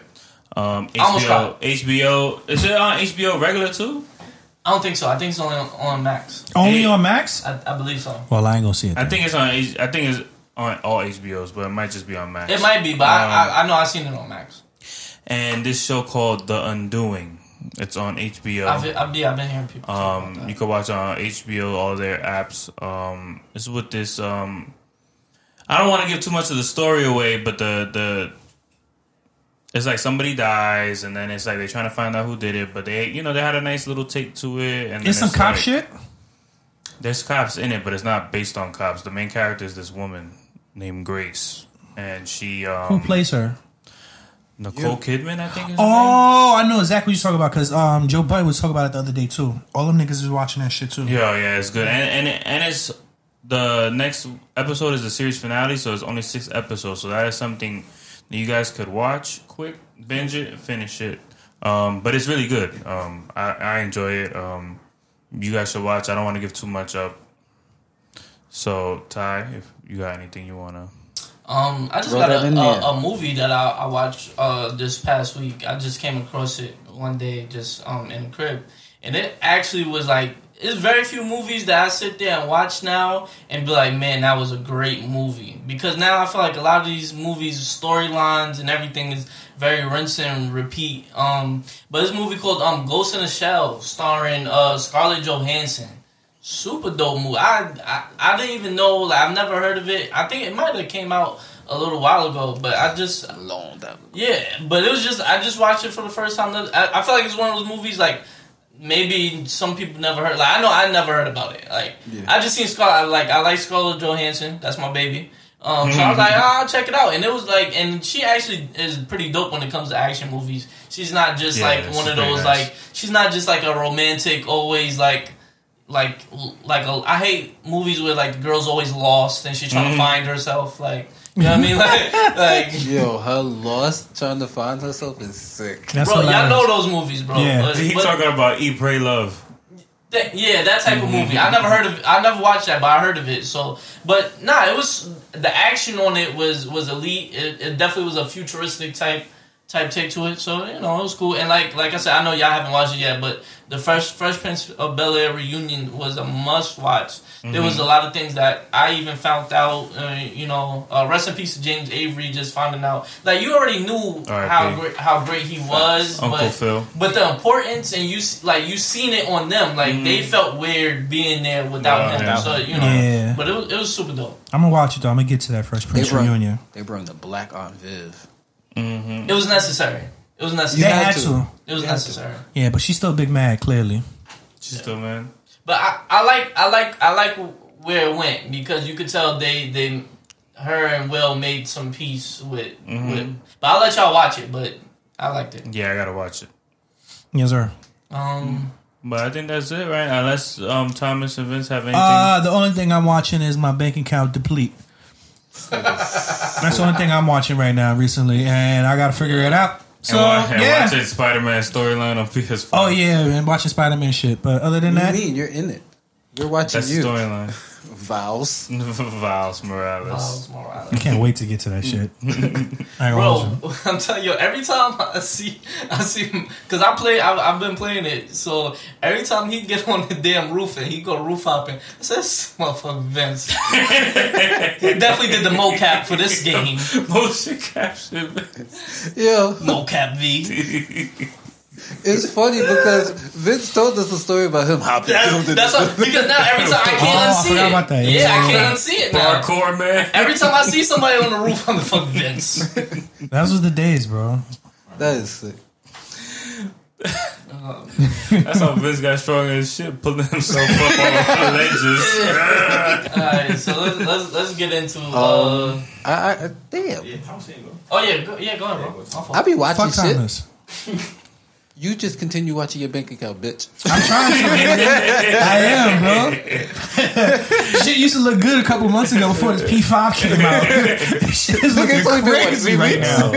Um,
I almost
HBO, HBO. Is it on HBO regular too?
I don't think so. I think it's only on, on Max.
Only
Hey.
on Max?
I, I believe so.
Well, I ain't gonna see it.
I
then.
think it's on. H- I think it's on all HBOs, but it might just be on Max.
It might be, but
Um,
I I, I know I seen it on Max.
And this show called The Undoing. It's on HBO.
I've, I've, yeah, I've been hearing people. talk about
Um,
that.
you can watch on HBO, all their apps. Um, it's with this. Um, I don't want to give too much of the story away, but the the it's like somebody dies, and then it's like they're trying to find out who did it. But they, you know, they had a nice little take to it. And then
it's some cop
like-
shit.
There's cops in it, but it's not based on cops. The main character is this woman named Grace, and she
Who
um,
plays her?
Nicole Kidman, I think. Is her
Oh, I know exactly what you're talking about because um, Joe Budden was talking about it the other day too. All them niggas is watching that shit too.
Yeah, yeah, it's good, and and and it's the next episode is the series finale, so it's only six episodes. So that is something that you guys could watch quick, binge it, finish it. Um, but it's really good. Um, I, I enjoy it. Um, you guys should watch. I don't want to give too much up. So Ty, if you got anything you wanna,
Um, I just
Throw
got
that in
a,
there.
a, a movie that I, I watched uh, this past week. I just came across it one day, just um, in the crib, and it actually was like it's very few movies that I sit there and watch now and be like, man, that was a great movie. Because now I feel like a lot of these movies' storylines and everything is very rinse and repeat. Um, but this movie called um, Ghost in the Shell, starring uh, Scarlett Johansson. Super dope movie. I, I I didn't even know. Like I've never heard of it. I think it might have came out a little while ago, but I just
Long time ago.
yeah. But it was just I just watched it for the first time. I, I feel like it's one of those movies like maybe some people never heard. Like I know I never heard about it. Like
Yeah.
I just seen Scarlett. Like I like Scarlett Johansson. That's my baby. Um, so I was like, "Ah, I'll check it out, and it was like, and she actually is pretty dope when it comes to action movies. She's not just
Yeah,
like
she's
one of
pretty
those
nice.
like she's not just like a romantic always like like like a, I hate movies where like the girl's always lost and she's trying to
Mhm.
find herself. Like you know what I mean? Like like
Yo, her loss trying to find herself is sick.
That's
bro,
hilarious.
y'all know those movies, bro.
Yeah.
But-
he
but-
talking about eat, pray, love.
Th- yeah, that type of movie. I never heard of. I never watched that, but I heard of it. So, but nah, it was the action on it was was elite. It, it definitely was a futuristic type type take to it. So you know, it was cool. And like like I said, I know y'all haven't watched it yet, but the first Fresh Prince of Bel Air reunion was a must watch. There
Mm-hmm.
was a lot of things that I even found out. Uh, you know, uh, rest in peace to James Avery. Just finding out like you already knew
R.I.P.
how great how great he was,
Uncle
but
Phil.
but the importance and you s- like you seen it on them. Like they felt weird being there Mm-hmm. without
Yeah,
him.
yeah.
So you know,
Yeah.
but it was it was super dope.
I'm gonna watch it though. I'm gonna get to that Fresh Prince
They brought-
reunion.
They brought the black Aunt Viv.
Mm-hmm.
It was necessary. It was
They
necessary.
had
to.
to.
It was
you had to.
necessary.
Yeah, but she's still big mad. Clearly,
She's still man.
But I, I like I like I like where it went because you could tell they they her and Will made some peace with with. But I'll let y'all watch it. But I liked it.
Yeah, I gotta watch it.
yes sir.
Um,
But I think that's it, right? Unless um, Thomas and Vince have anything.
Uh, the only thing I'm watching is my bank account deplete. That's the only thing I'm watching right now recently, and I gotta figure it out. So
and wa- and
yeah.
watching Spider Man storyline on PS4.
Oh yeah, and watching Spider Man shit. But other than
What
that,
do you mean? You're in it. You're watching
That's the
you.
storyline.
Vows.
Miles Morales.
Miles Morales.
can't wait to get to that shit. I ain't gonna hold you.
Bro, I'm telling you, every time I see, I see, cause I play, I, I've been playing it. So every time he get on the damn roof and he go roof hopping, I said, "This motherfucker Vince, he definitely did the mocap for this game.
Motion caption.
Yeah.
Mocap V.
It's funny because Vince told us a story about him hopping.
That's,
through the-
that's what, because now every time I
Oh, I
can't unsee
forgot
it.
about that.
Yeah,
Yeah.
I can't unsee it now.
Hardcore man.
Every time I see somebody on the roof, I'm the fuck Vince.
Those was the days, bro.
that is sick.
That's how Vince got strong as shit, pulling himself up on ledges.
All right, so let's let's, let's get into. Uh,
Um,
I, I, I damn.
Yeah, I was saying, bro.
oh yeah, go, yeah, go ahead, bro. My fault.
I be watching
Fuck
shit.
Thomas.
You just continue watching your bank account, bitch.
I'm trying to. I am, bro. shit used to look good a couple months ago before this P5 came out. shit is
Look,
looking
it's only been, what,
crazy
three
right
weeks?
now.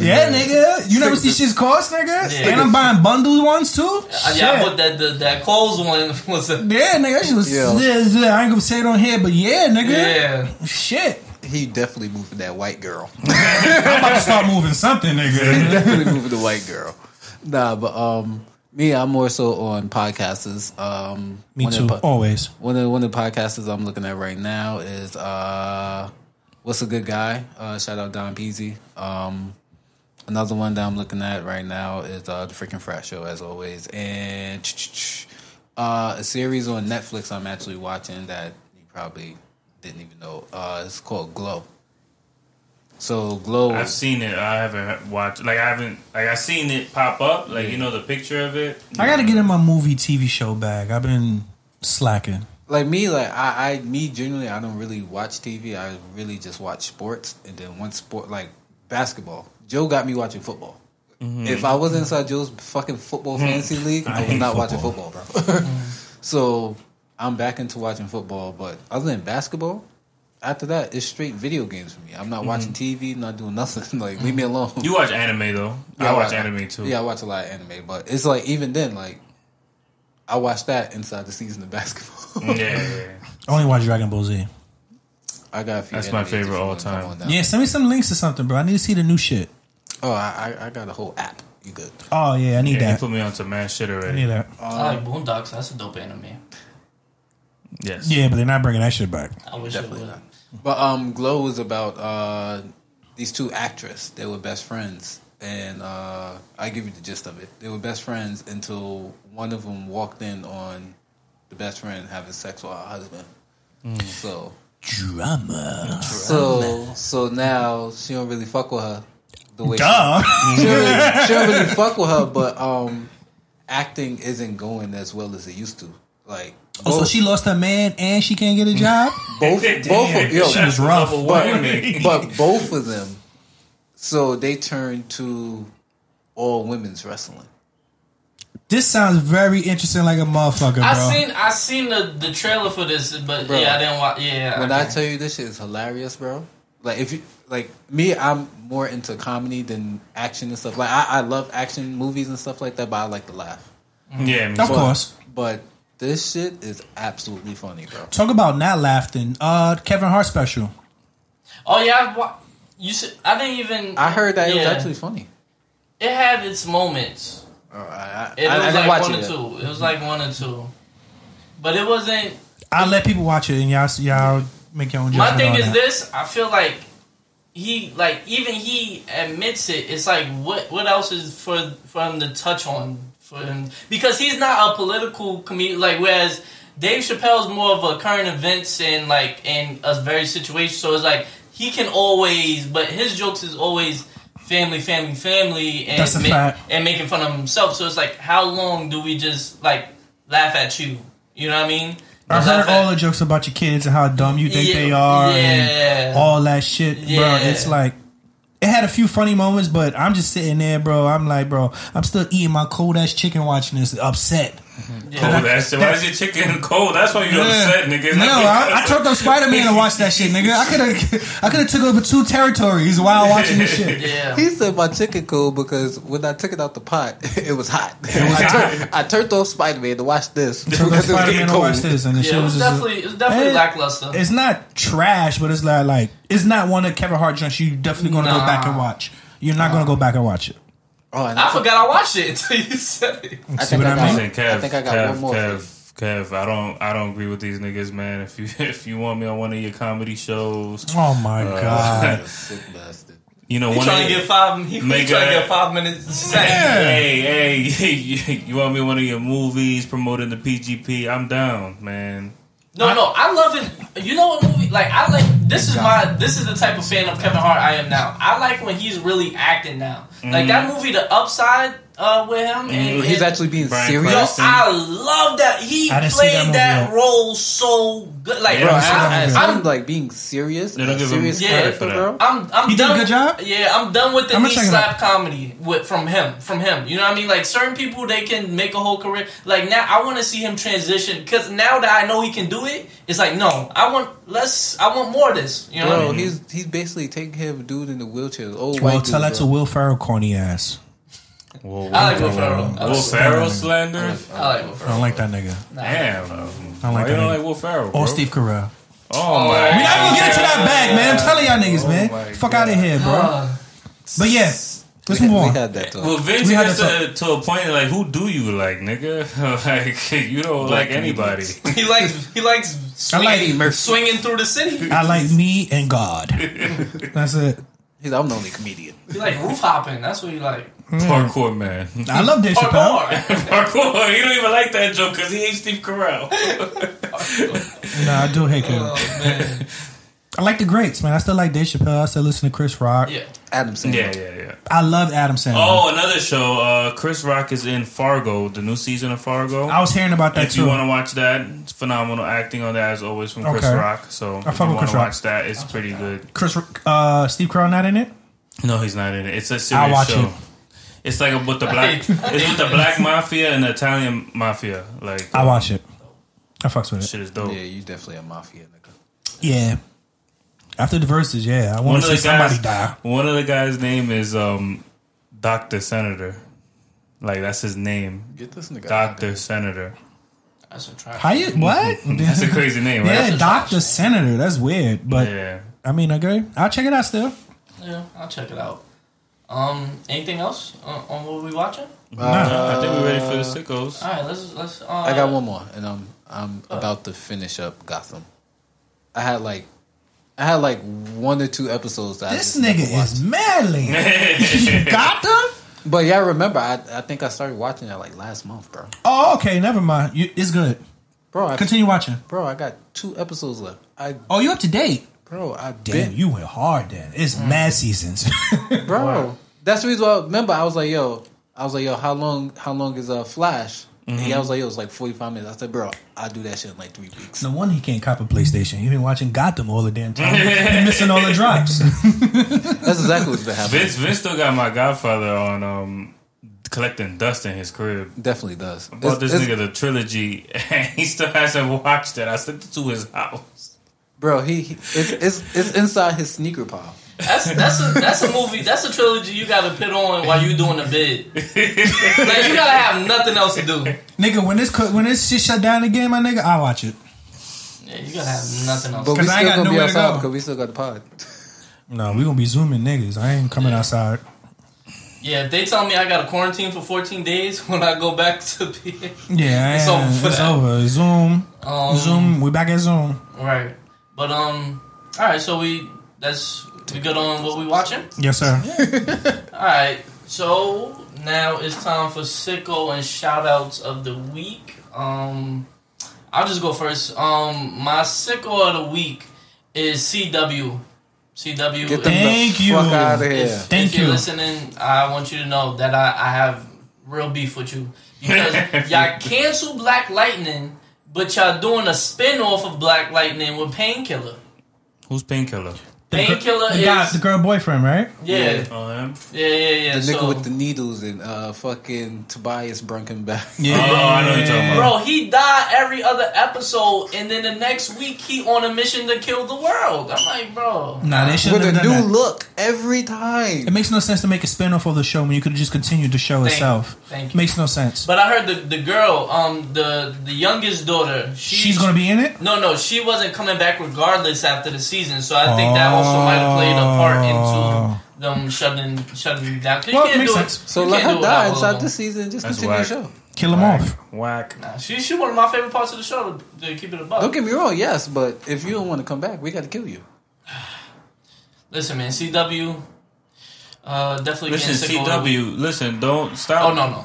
yeah, nigga. You never see shit's cost, nigga.
Yeah.
And I'm buying bundled ones too.
I,
Shit.
Uh, yeah, I put that the, that Coles one was a
Yeah, nigga, that shit was.
Yeah.
I ain't gonna say it on here, but yeah, nigga.
yeah.
Shit.
He definitely moving that white girl.
I'm about to start moving something, nigga.
definitely moving the white girl. Nah, but um, me, I'm more so on podcasts. Um,
Me
one
too.
Of the, po-
Always.
one of one of the podcasts I'm looking at right now is uh, what's a good guy? Uh, shout out Don Peasy. Um, another one that I'm looking at right now is uh, the freaking Frat Show, as always, and uh, a series on Netflix I'm actually watching that you probably didn't even know. Uh, it's called Glow. So Glow.
I've seen it. I haven't watched. Like I haven't. Like I seen it pop up. Like you know the picture of it.
I gotta get in my movie TV show bag. I've been slacking.
like me, like I, I, me generally, I don't really watch TV. I really just watch sports, and then one sport like basketball. Joe got me watching football.
Mm-hmm.
If I wasn't inside Joe's fucking football
Mm.
fantasy league, I, was
hate
not watching football, bro. so I'm back into watching football, but other than basketball, after that, it's straight video games for me. I'm not watching TV, not doing nothing. like leave me alone.
Mm-hmm. You watch anime though.
Yeah,
I watch anime too.
Yeah, I watch a lot of anime, but it's like even then, like I watched that inside the season of basketball.
Yeah, yeah, yeah.
I only watch Dragon Ball Z.
I got a few.
That's my
animes
favorite
if you
all
wanna come
time.
on down.
Yeah, send me some links or something, bro. I need to see the new shit.
Oh, I, I I got a whole app. You good?
Oh yeah, I need
yeah you
that.
put me on some mad shit
I
already.
need that.
Uh,
I like Boondocks. That's a dope anime.
Yes.
Yeah, but they're not bringing that shit back.
I wish it would.
Definitely not. But um, Glow is about uh these two actresses. They were best friends, and uh I give you the gist of it. They were best friends until one of them walked in on the best friend having sex with her husband.
Mm.
So
Drama.
so so now she don't really fuck with her. The way she-
Duh.
she don't really, she don't really fuck with her, but um, acting isn't going as well as it used to. Like,
Oh, so
both-
she lost her man and she can't get a job.
both, both, of, yo,
She was rough.
Double whammy.
but, but both of them. So they turned to all women's wrestling.
This sounds very interesting, like a motherfucker, bro.
I seen I seen the, the trailer for this, but
Bro.
yeah, I didn't watch. Yeah,
When I
okay.
tell you this shit is hilarious, bro. Like if you like me, I'm more into comedy than action and stuff. Like I, I love action movies and stuff like that, but I like to laugh.
Yeah. I mean,
of course.
But this shit is absolutely funny, bro.
Talk about not laughing. Uh, Kevin Hart special.
oh yeah, I, wa- you should. I didn't even.
I heard that it was
yeah.
actually funny.
It had its moments.
Uh, I, I,
It
I,
was
I didn't
like
watch
one
it.
or
yet.
two. It was like one or two, but it wasn't.
I let people watch it and y'all y'all make your own.
My
judgment
thing
on
is
that.
this: I feel like he, like even he admits it. It's like what what else is for for him to touch on for him because he's not a political comedian. Like whereas Dave Chappelle's more of a current events and like and a very situation. So it's like he can always, but his jokes is always. Family, family, family, and
That's a fact.
and making fun of himself. So it's like, how long do we just like laugh at you? You know what I mean?
I
Just
heard
laugh at-
all the jokes about your kids and how dumb you think
Yeah,
they are
yeah.
and all that shit,
Yeah.
bro. It's like it had a few funny moments, but I'm just sitting there, bro. I'm like, bro, I'm still eating my cold ass chicken watching this, upset.
Cold ass shit. Why is your chicken cold? That's why you upset, nigga.
No, I, I choked up Spider Man and watched that shit, nigga. I could have, I could have took over two territories while watching this shit.
Yeah.
He said my chicken cold because when I took it out the pot, it was hot. I,
hot.
turned, I turned off Spider Man to watch this.
Took up
because it
Spider
was
Man
getting
and
cold.
watched this, and the
Yeah,
shit
it was
was just.
definitely uh, it was definitely
Hey.
lackluster.
It's not trash, but it's not like it's not one of Kevin Hart joints. You definitely gonna go
Nah.
back and watch. You're not gonna go back and watch it.
Oh, and I,
I forgot I watched it until you said it.
I
See
think
what
I
I
got-
mean?
Listen, Kev,
I think I got
Kev,
one more
Kev, Kev, I don't, I don't agree with these niggas, man. If you, if you want me on one of your comedy shows,
Oh my
Uh,
god.
Sick bastard.
you know,
He
one
trying
of
to
your-
get five. He, he trying to
Nigga.
get five minutes. Yeah.
Hey, hey, you, you want me in one of your movies promoting the PGP? I'm down, man.
No, no, I love it. You know what movie? Like I like this is my this is the type of fan of Kevin Hart I am now. I like when he's really acting now. Like
Mm-hmm.
that movie, The Upside, uh, with him. And,
Mm-hmm. He's
and-
actually being
Brian
serious.
Yo,
Cranston.
I love that. He
I
played
didn't see that
that,
movie yet.
role so good. Like,
Yeah,
Bro,
I
I,
don't see
I,
that
I'm
movie.
like being serious.
They don't
a
give him
serious
credit
for
character,
that.
bro.
I'm, I'm
He did a
done.
good job?
Yeah, I'm done with the
I'ma
knee
check it
slap comedy with from him. From him, you know what I mean? Like certain people, they can make a whole career. Like now, I want to see him transition because now that I know he can do it, it's like no, I want less. I want more of this. You know, what I
Bro,
mean?
he's he's basically taking care of a dude in the wheelchair. Oh,
Well,
white
tell
dude,
that to
bro.
Will Ferrell, corny ass.
Whoa,
I like Will Ferrell. I
Will
like-
Ferrell slander?
I like Will
I don't
Ferrell.
like that nigga. don't like
Damn. Why you
that
don't
nigga.
like Will Ferrell?
Or
bro?
Steve Carell.
Oh,
Oh,
my.
we
We're not gonna get into that bag, man. I'm telling y'all niggas,
Oh
man.
my
Fuck
God.
out of here, bro.
Uh,
But yeah, let's move
We
on.
had that talk.
Well, Vince
We had
gets
to
to, to a point like, who do you like, nigga? like, you don't like anybody.
he likes he likes swinging,
like Eddie Murphy.
swinging through the city.
I like me and God. That's it.
He's I'm the only comedian.
He like roof hopping. That's what he like.
Mm.
Parkour man.
I love
Oh,
Dave
Or
Chappelle.
more.
Parkour. He don't even like that joke because he hates Steve Carell.
Nah, I do hate him.
Oh man.
I like the greats, man. I still like Dave Chappelle. I still listen to Chris Rock.
Yeah.
Adam Sandler.
yeah, yeah, yeah.
I love Adam Sandler.
Oh, another show. Uh, Chris Rock is in Fargo, the new season of Fargo.
I was hearing about that
Oh. if you
too.
want to watch that, it's phenomenal acting on that as always from Chris
Okay.
Rock. So if
fuck
you
with
want
Chris
to
Rock.
watch that, it's pretty good.
Chris, uh, Steve Carell not in it.
No, he's not in it. It's a
I'll
serious
watch
show.
it.
It's like about the black. it's with the black mafia and the Italian mafia. Like
I watch it. I fucks with it.
shit is dope.
Yeah, you definitely a mafia nigga.
Yeah. After the verses, yeah, I
One
want
of
to
the
see somebody
guys.
die.
One of the guys' name is um, Doctor Senator. Like that's his name,
Get this nigga. out of
Doctor Senator.
That's a try.
How you? What?
That's a crazy name,
yeah,
right?
Doctor Senator. That's weird, but
yeah.
I mean, okay, I'll check it out still.
Yeah, I'll check it out. Um, anything else on, on what we watching?
I think we're ready for the sickos.
All right, let's let's. Uh,
I got one more, and I'm I'm
uh,
about to finish up Gotham. I had like, I had like one or two episodes. That
This
I just
nigga
never watched.
is madly. you got them?
But yeah, I remember. I, I think I started watching it like last month, bro.
Oh, okay, never mind. You, it's good.
Bro, I,
Continue watching.
bro, I got two episodes left. I
Oh, you up to date?
bro, I have
Damn,
been
you went hard. Then it's mad seasons.
bro. That's the reason why. I remember, I was like, yo, I was like, yo, how long? How long is a uh, Flash? And
Mm-hmm.
he, I was like, yo, it's like forty five minutes. I said, bro, I do that shit in like three weeks.
no wonder he can't cop a PlayStation. He been watching Gotham all the damn time. He missing all the drops.
That's exactly what's been happening.
Vince Vince still got my Godfather on um, collecting dust in his crib.
Definitely does.
Bought
It's-
this
it's-
nigga the trilogy, and he still hasn't watched it. I sent it to his house.
Bro, he, he it's, it's it's inside his sneaker pile.
That's that's a that's a movie. That's a trilogy you gotta put on while you doing the bid. like you gotta have nothing else to do.
nigga, when this co- when this shit shut down again, my nigga, I watch it.
Yeah, you gotta have nothing else.
But we
'Cause I
still
ain't got
gonna be
nowhere to
outside
go.
because we still got the pod.
No, we gonna be zooming niggas. I ain't coming outside.
yeah, if they tell me I gotta quarantine for 14 days when I go back to PA.
Yeah, I
It's
ain't-
over for
it's
that.
over. Zoom,
Um,
Zoom. We back at Zoom.
Right. But um, all right. So we that's we good on what we watching.
Yes, sir.
All right. So now it's time for sicko and shout outs of the week. Um, I'll just go first. Um, my sicko of the week is CW. CW.
Get
if-
them
Thank
the
you.
fuck out of
if,
here.
Thank
if you're
you.
listening, I want you to know that I, I have real beef with you because y'all canceled Black Lightning, but y'all doing a spin off of Black Lightning with Painkiller.
Who's painkiller?
Painkiller
the guy,
is
the girl boyfriend, right?
yeah,
Oh, him?
yeah, yeah, yeah.
The nigga
so,
with the needles and uh, fucking Tobias Brunkenback.
Oh, I know what you're talking about.
bro, he died every other episode, and then the next week he on a mission to kill the world. I'm like, bro,
Nah, they should
With a
have done
new
that.
look every time.
It makes no sense to make a spin-off of the show when you could have just continued the show
Thank-
itself.
thank you.
Makes no sense.
But I heard the, the girl, um, the the youngest daughter, she,
She's gonna be in it.
No, no, she wasn't coming back regardless after the season. So I think that also might have played a part
Oh.
into them shutting shutting down. 'Cause you
Well, it
can't
makes
do
sense.
It.
So
you
let
can't
her
do it without
die
all
inside
of
the
them.
season. Just
That's
continue
whack.
the show.
Kill him off.
Whack.
Nah, she she one of my favorite parts of the show. To, to keep it above.
Don't get me wrong, yes, but if you don't want to come back, we got to kill you.
Listen, man, CW. Uh, definitely.
Listen,
getting sick of it.
CW. Listen, don't stop.
Oh no no.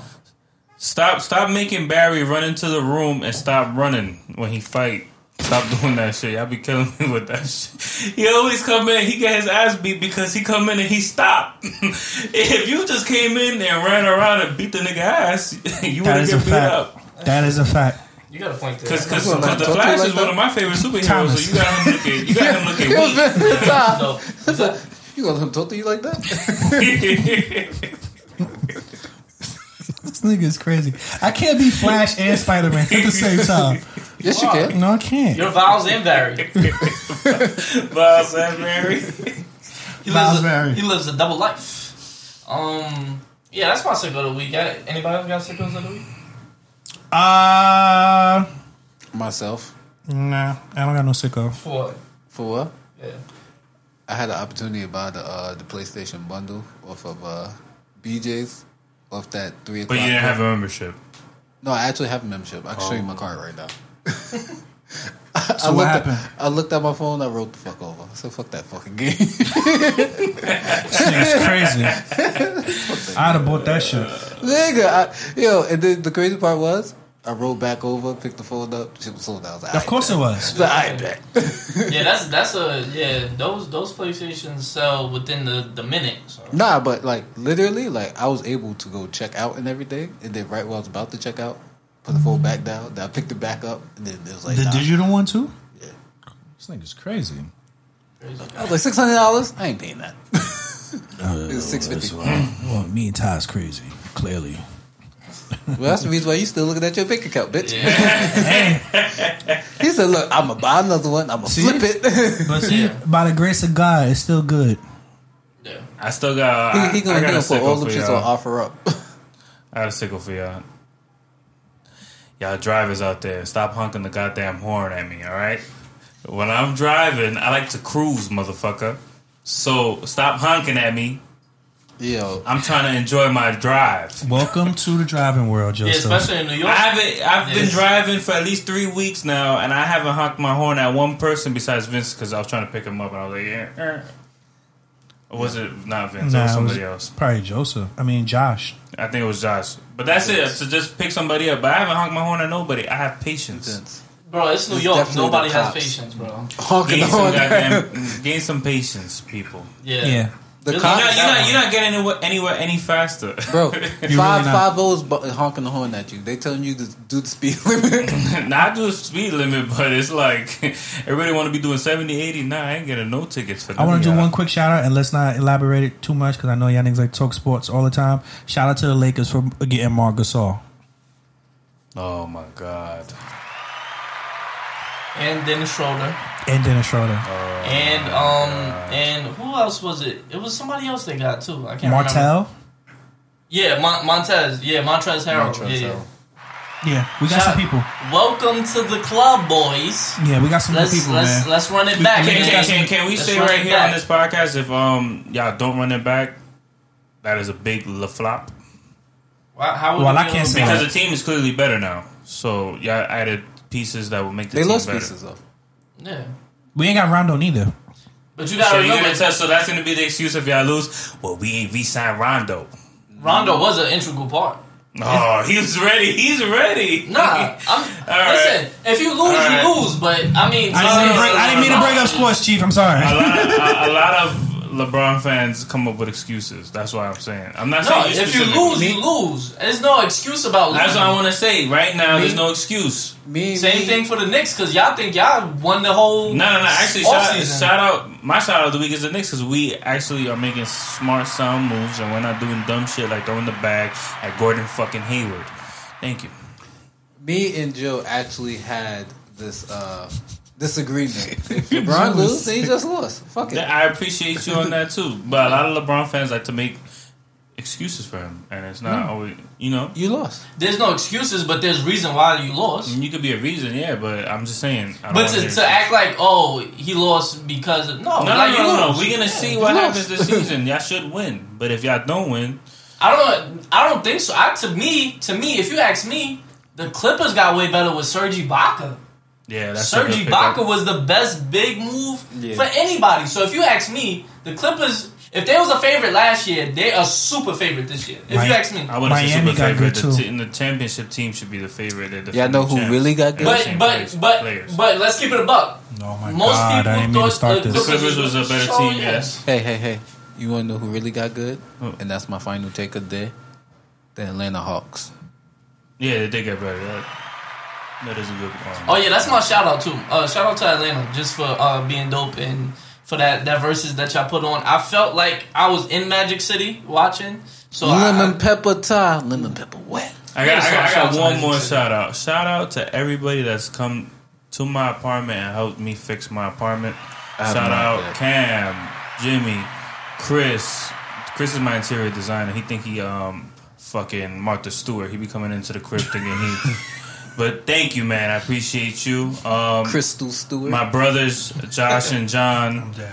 Stop! Stop making Barry run into the room and stop running when he fight. Stop doing that shit. Y'all be killing me with that shit. He always come in. He get his ass beat because he come in and he stop. if you just came in and ran around and beat the nigga ass, you would
That
have
is
get
a
beat up.
fact. That is a fact.
You got a point there.
Because
That's
Come on, man.
the
Talk to
Flash
me like
is one
that.
of my favorite superheroes.
Thomas.
So you got him looking. You got him looking weak.
dope.
Nah, you gonna let him talk to you like that?
This nigga is crazy. I can't be Flash and Spider Man at the same time.
yes, you can.
No, I can't.
Your vowels and Barry.
Boss and Barry.
He
Miles
lives, a,
Barry.
he lives a double life. Um, yeah, that's my sick of the week. Got- Anybody else got sick of the week?
Uh,
Myself,
nah, I don't got no sicko.
For
for what?
yeah.
I had an opportunity to buy the uh, the PlayStation bundle off of uh, BJ's off that three
But
o'clock.
you didn't have a membership.
no, I actually have a membership. I can show you my card right now.
So what happened?
At, I looked at my phone. I wrote the fuck over. I said, "Fuck that fucking game."
This nigga's crazy. I'd have bought that shit.
Nigga, I, yo, and then the crazy part was, I rolled back over, picked the phone up, shit was sold out. I was like,
Of course it was.
I bet.
yeah, that's that's a yeah. Those those PlayStations sell within the the minute. So.
Nah, but like literally, like I was able to go check out and everything, and then right when I was about to check out, put the phone back down, then I picked it back up, and then it was like,
The
nah.
digital one too.
Yeah.
This nigga's crazy.
I was like six hundred dollars. I ain't paying that. it was six fifty. Well,
Well, me and Ty's crazy. Clearly.
that's the reason why you still looking at your bank account, bitch.
Yeah,
He said, "Look, I'm gonna buy another one. I'm gonna
See?
flip it."
But see, by the grace of God, it's still good.
yeah.
I still got. I,
he, he gonna,
I
he
got
gonna
a
put
sickle
all the
for
shits
y'all.
on offer up.
I got a sickle for y'all. Y'all drivers out there, stop honking the goddamn horn at me, alright? When I'm driving, I like to cruise, motherfucker. So stop honking at me.
yo,
I'm trying to enjoy my drive.
Welcome to the driving world,
yeah.
Joseph.
Especially in New
I
York.
haven't I've been
Yes.
driving for at least three weeks now and I haven't honked my horn at one person besides Vince because I was trying to pick him up and I was like, yeah. eh." Or was it not Vince?
Nah,
or
it was
somebody else.
Probably Joseph. I mean Josh.
I think it was Josh. But that's it. So just pick somebody up. But I haven't honked my horn at nobody. I have patience.
since
bro, it's New
It's
York.
definitely
Nobody
the
has
cops.
patience, bro.
honking
Gain
the
some,
horn.
goddamn, gain some patience, people.
Yeah.
Yeah.
The
You're
You're
cops,
not, you're not, you're not getting anywhere, anywhere any faster.
bro.
not.
five five O's bu- honking the horn at you. They telling you to do the speed limit.
Oh,
now, I do a speed limit, but it's like everybody want to be doing 70, 80. Nah, I ain't getting no tickets for that.
I want to do one quick shout out, and let's not elaborate it too much because I know y'all niggas like talk sports all the time. Shout out to the Lakers for getting Marc Gasol.
Oh, my God.
And Dennis Schroeder.
and Dennis Schroeder.
and um and who else was it? It was somebody else they got too. I can't remember.
Martell.
Yeah, Mon- Montez. Yeah, Montrez Harrell.
Oh,
Montrezl.
yeah.
Yeah, we got
Shout-
some people.
Welcome to the club, boys.
Yeah, we got some
Let's
good people,
let's
man.
let's run it back.
Can,
man.
can, can, can we
Let's
say
run
right
it
here
back.
on this podcast if um y'all don't run it back, that is a big la flop
Why, how would
Well,
we
I
know
can't say
about-
because the team is clearly better now. So y'all added pieces that will make the
They
team
lost
better.
pieces though.
Yeah,
We ain't got Rondo neither.
but you gotta
So, you're
remember,
gonna tell, so that's going to be the excuse if y'all lose. Well, we ain't re-signed Rondo.
Rondo was an integral part.
Oh, he's ready. He's ready.
Nah, I'm,
All
listen. If you lose,
right.
you lose. But I mean,
I didn't mean to bring, I didn't mean to bring up
sports.
sports, Chief. I'm sorry.
a, a lot of LeBron fans come up with excuses. That's why I'm saying. I'm not
No,
saying
if you
specifically.
lose, you lose. There's no excuse about losing.
That's what I want to say. Right now, there's
Me?
no excuse.
Me,
Same
me-
thing for the Knicks because y'all think y'all won the whole.
No, no, no. Actually, shout,
offseason.
shout out my shout out of the week is the Knicks because we actually are making smart sound moves and we're not doing dumb shit like throwing the bag at Gordon fucking Hayward. Thank you.
Me and Joe actually had this uh, disagreement. If LeBron lose, they just lost. Fuck it.
That- I appreciate you on that too. But a lot of LeBron fans like to make excuses for him, and it's not always you know.
You lost.
There's no excuses, but there's reason why you lost.
And you could be a reason, yeah, but I'm just saying. I don't
But
wanna
to,
hear
to
it.
act like oh he lost because of no,
no,
like,
no,
you
no, no,
lose.
We're gonna see what
You
happens this
lost.
season. Y'all should win, but if y'all don't win,
I don't. I don't think so. I, to me, to me, if you ask me, the Clippers got way better with Serge Ibaka.
yeah, that's a
Serge
good pickup.
Ibaka was the best big move
Yeah.
for anybody. So if you ask me, the Clippers, if they was a favorite last year, they are super favorite this year. If
Right.
you ask me,
I would have
Miami
super
got
favorite.
good,
The,
too.
t- and the championship team should be the favorite. They're
Yeah, I know who
defending
really
champs.
got good.
They're the
but
same
but
players-
but
players.
but let's keep it a buck.
Oh my
Most
god,
people
I didn't mean to
thought
start
the-
this.
the Clippers was a better
So,
team.
yeah.
Yes,
Hey, hey, hey. You want to know who really got good?
Who?
And that's my final take of the day. The Atlanta Hawks.
yeah, they did get better. That, that is a good point.
Oh yeah, that's my shout out too. Uh, shout out to Atlanta just for uh, being dope and for that that verses that y'all put on. I felt like I was in Magic City watching. So
lemon
I,
pepper tie. Lemon pepper wet.
I got, I got, I got
Shout out
one
to
more
Magic City.
shout out. Shout out to everybody that's come to my apartment and helped me fix my apartment.
Oh
have
Shout
no
out
idea.
Cam, Jimmy, Chris. Chris is my interior designer. He think he um fucking Martha Stewart. He be coming into the crib thinking he. But thank you, man. I appreciate you. Um,
Crystal Stewart.
my brothers, Josh and John,
Dad.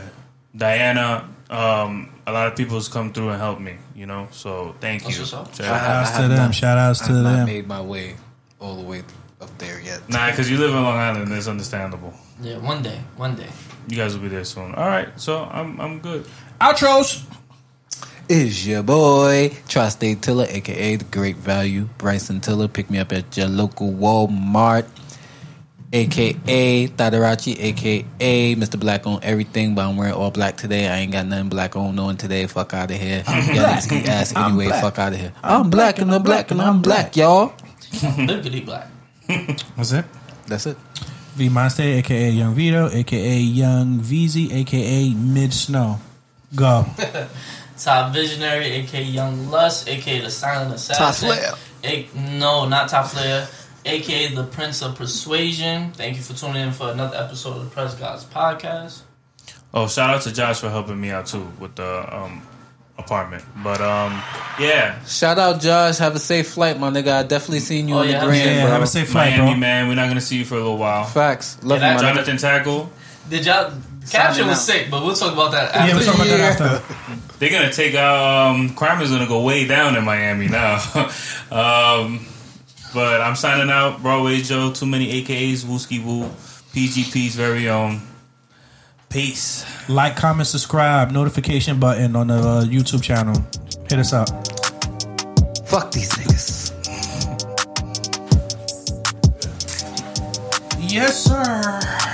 Diana. Um, a lot of people's come through and helped me. You know, so thank
That's
you.
what's up.
Shout
I- I- I
out.
Shout outs
have
to them.
not-
Shout outs
I
to
have not
them.
made my way all the way up there yet.
Nah, because you live in Long Island, it's understandable.
yeah, one day, one day.
You guys will be there soon. All right, so I'm I'm good.
Outros.
Is your boy Tri-State Tiller, aka the Great Value Bryson Tiller. Pick me up at your local Walmart, aka Tadarachi, aka Mr. Black on everything. But I'm wearing all black today. I ain't got nothing black on on today. Fuck out of here. Y'all niggas eat ass anyway. Fuck out of here. I'm, black and I'm black and I'm black, y'all.
Lickety black.
That's it.
That's it.
V Monster, aka Young Vito, aka Young VZ, aka Mid Snow. Go.
Top Visionary, aka Young Lust, aka the Silent Assassin.
Top Flair.
A- no, not Top Flair. AKA the Prince of Persuasion. Thank you for tuning in for another episode of the Press Gods Podcast.
Oh, shout out to Josh for helping me out too with the um apartment. But um, yeah,
Shout out Josh. Have a safe flight, my nigga. I definitely seen you
Oh,
on
yeah.
the gram.
Yeah,
bro.
have a safe flight,
Miami
bro.
man, we're not gonna see you for a little while.
Facts. Love
Yeah,
you, my
that-
nigga.
Jonathan tackle,
Did y'all caption
Signing
was
out.
sick, but we'll talk about that
Yeah,
after.
we're talking about that
Yeah.
after.
they're gonna take um, crime is gonna go way down in Miami now. um, but I'm signing out. Broadway Joe, too many AKAs, Wooski Woo, PGP's very own. Peace.
Like, comment, subscribe, notification button on the uh, YouTube channel. Hit us up.
Fuck these niggas.
Yes, sir.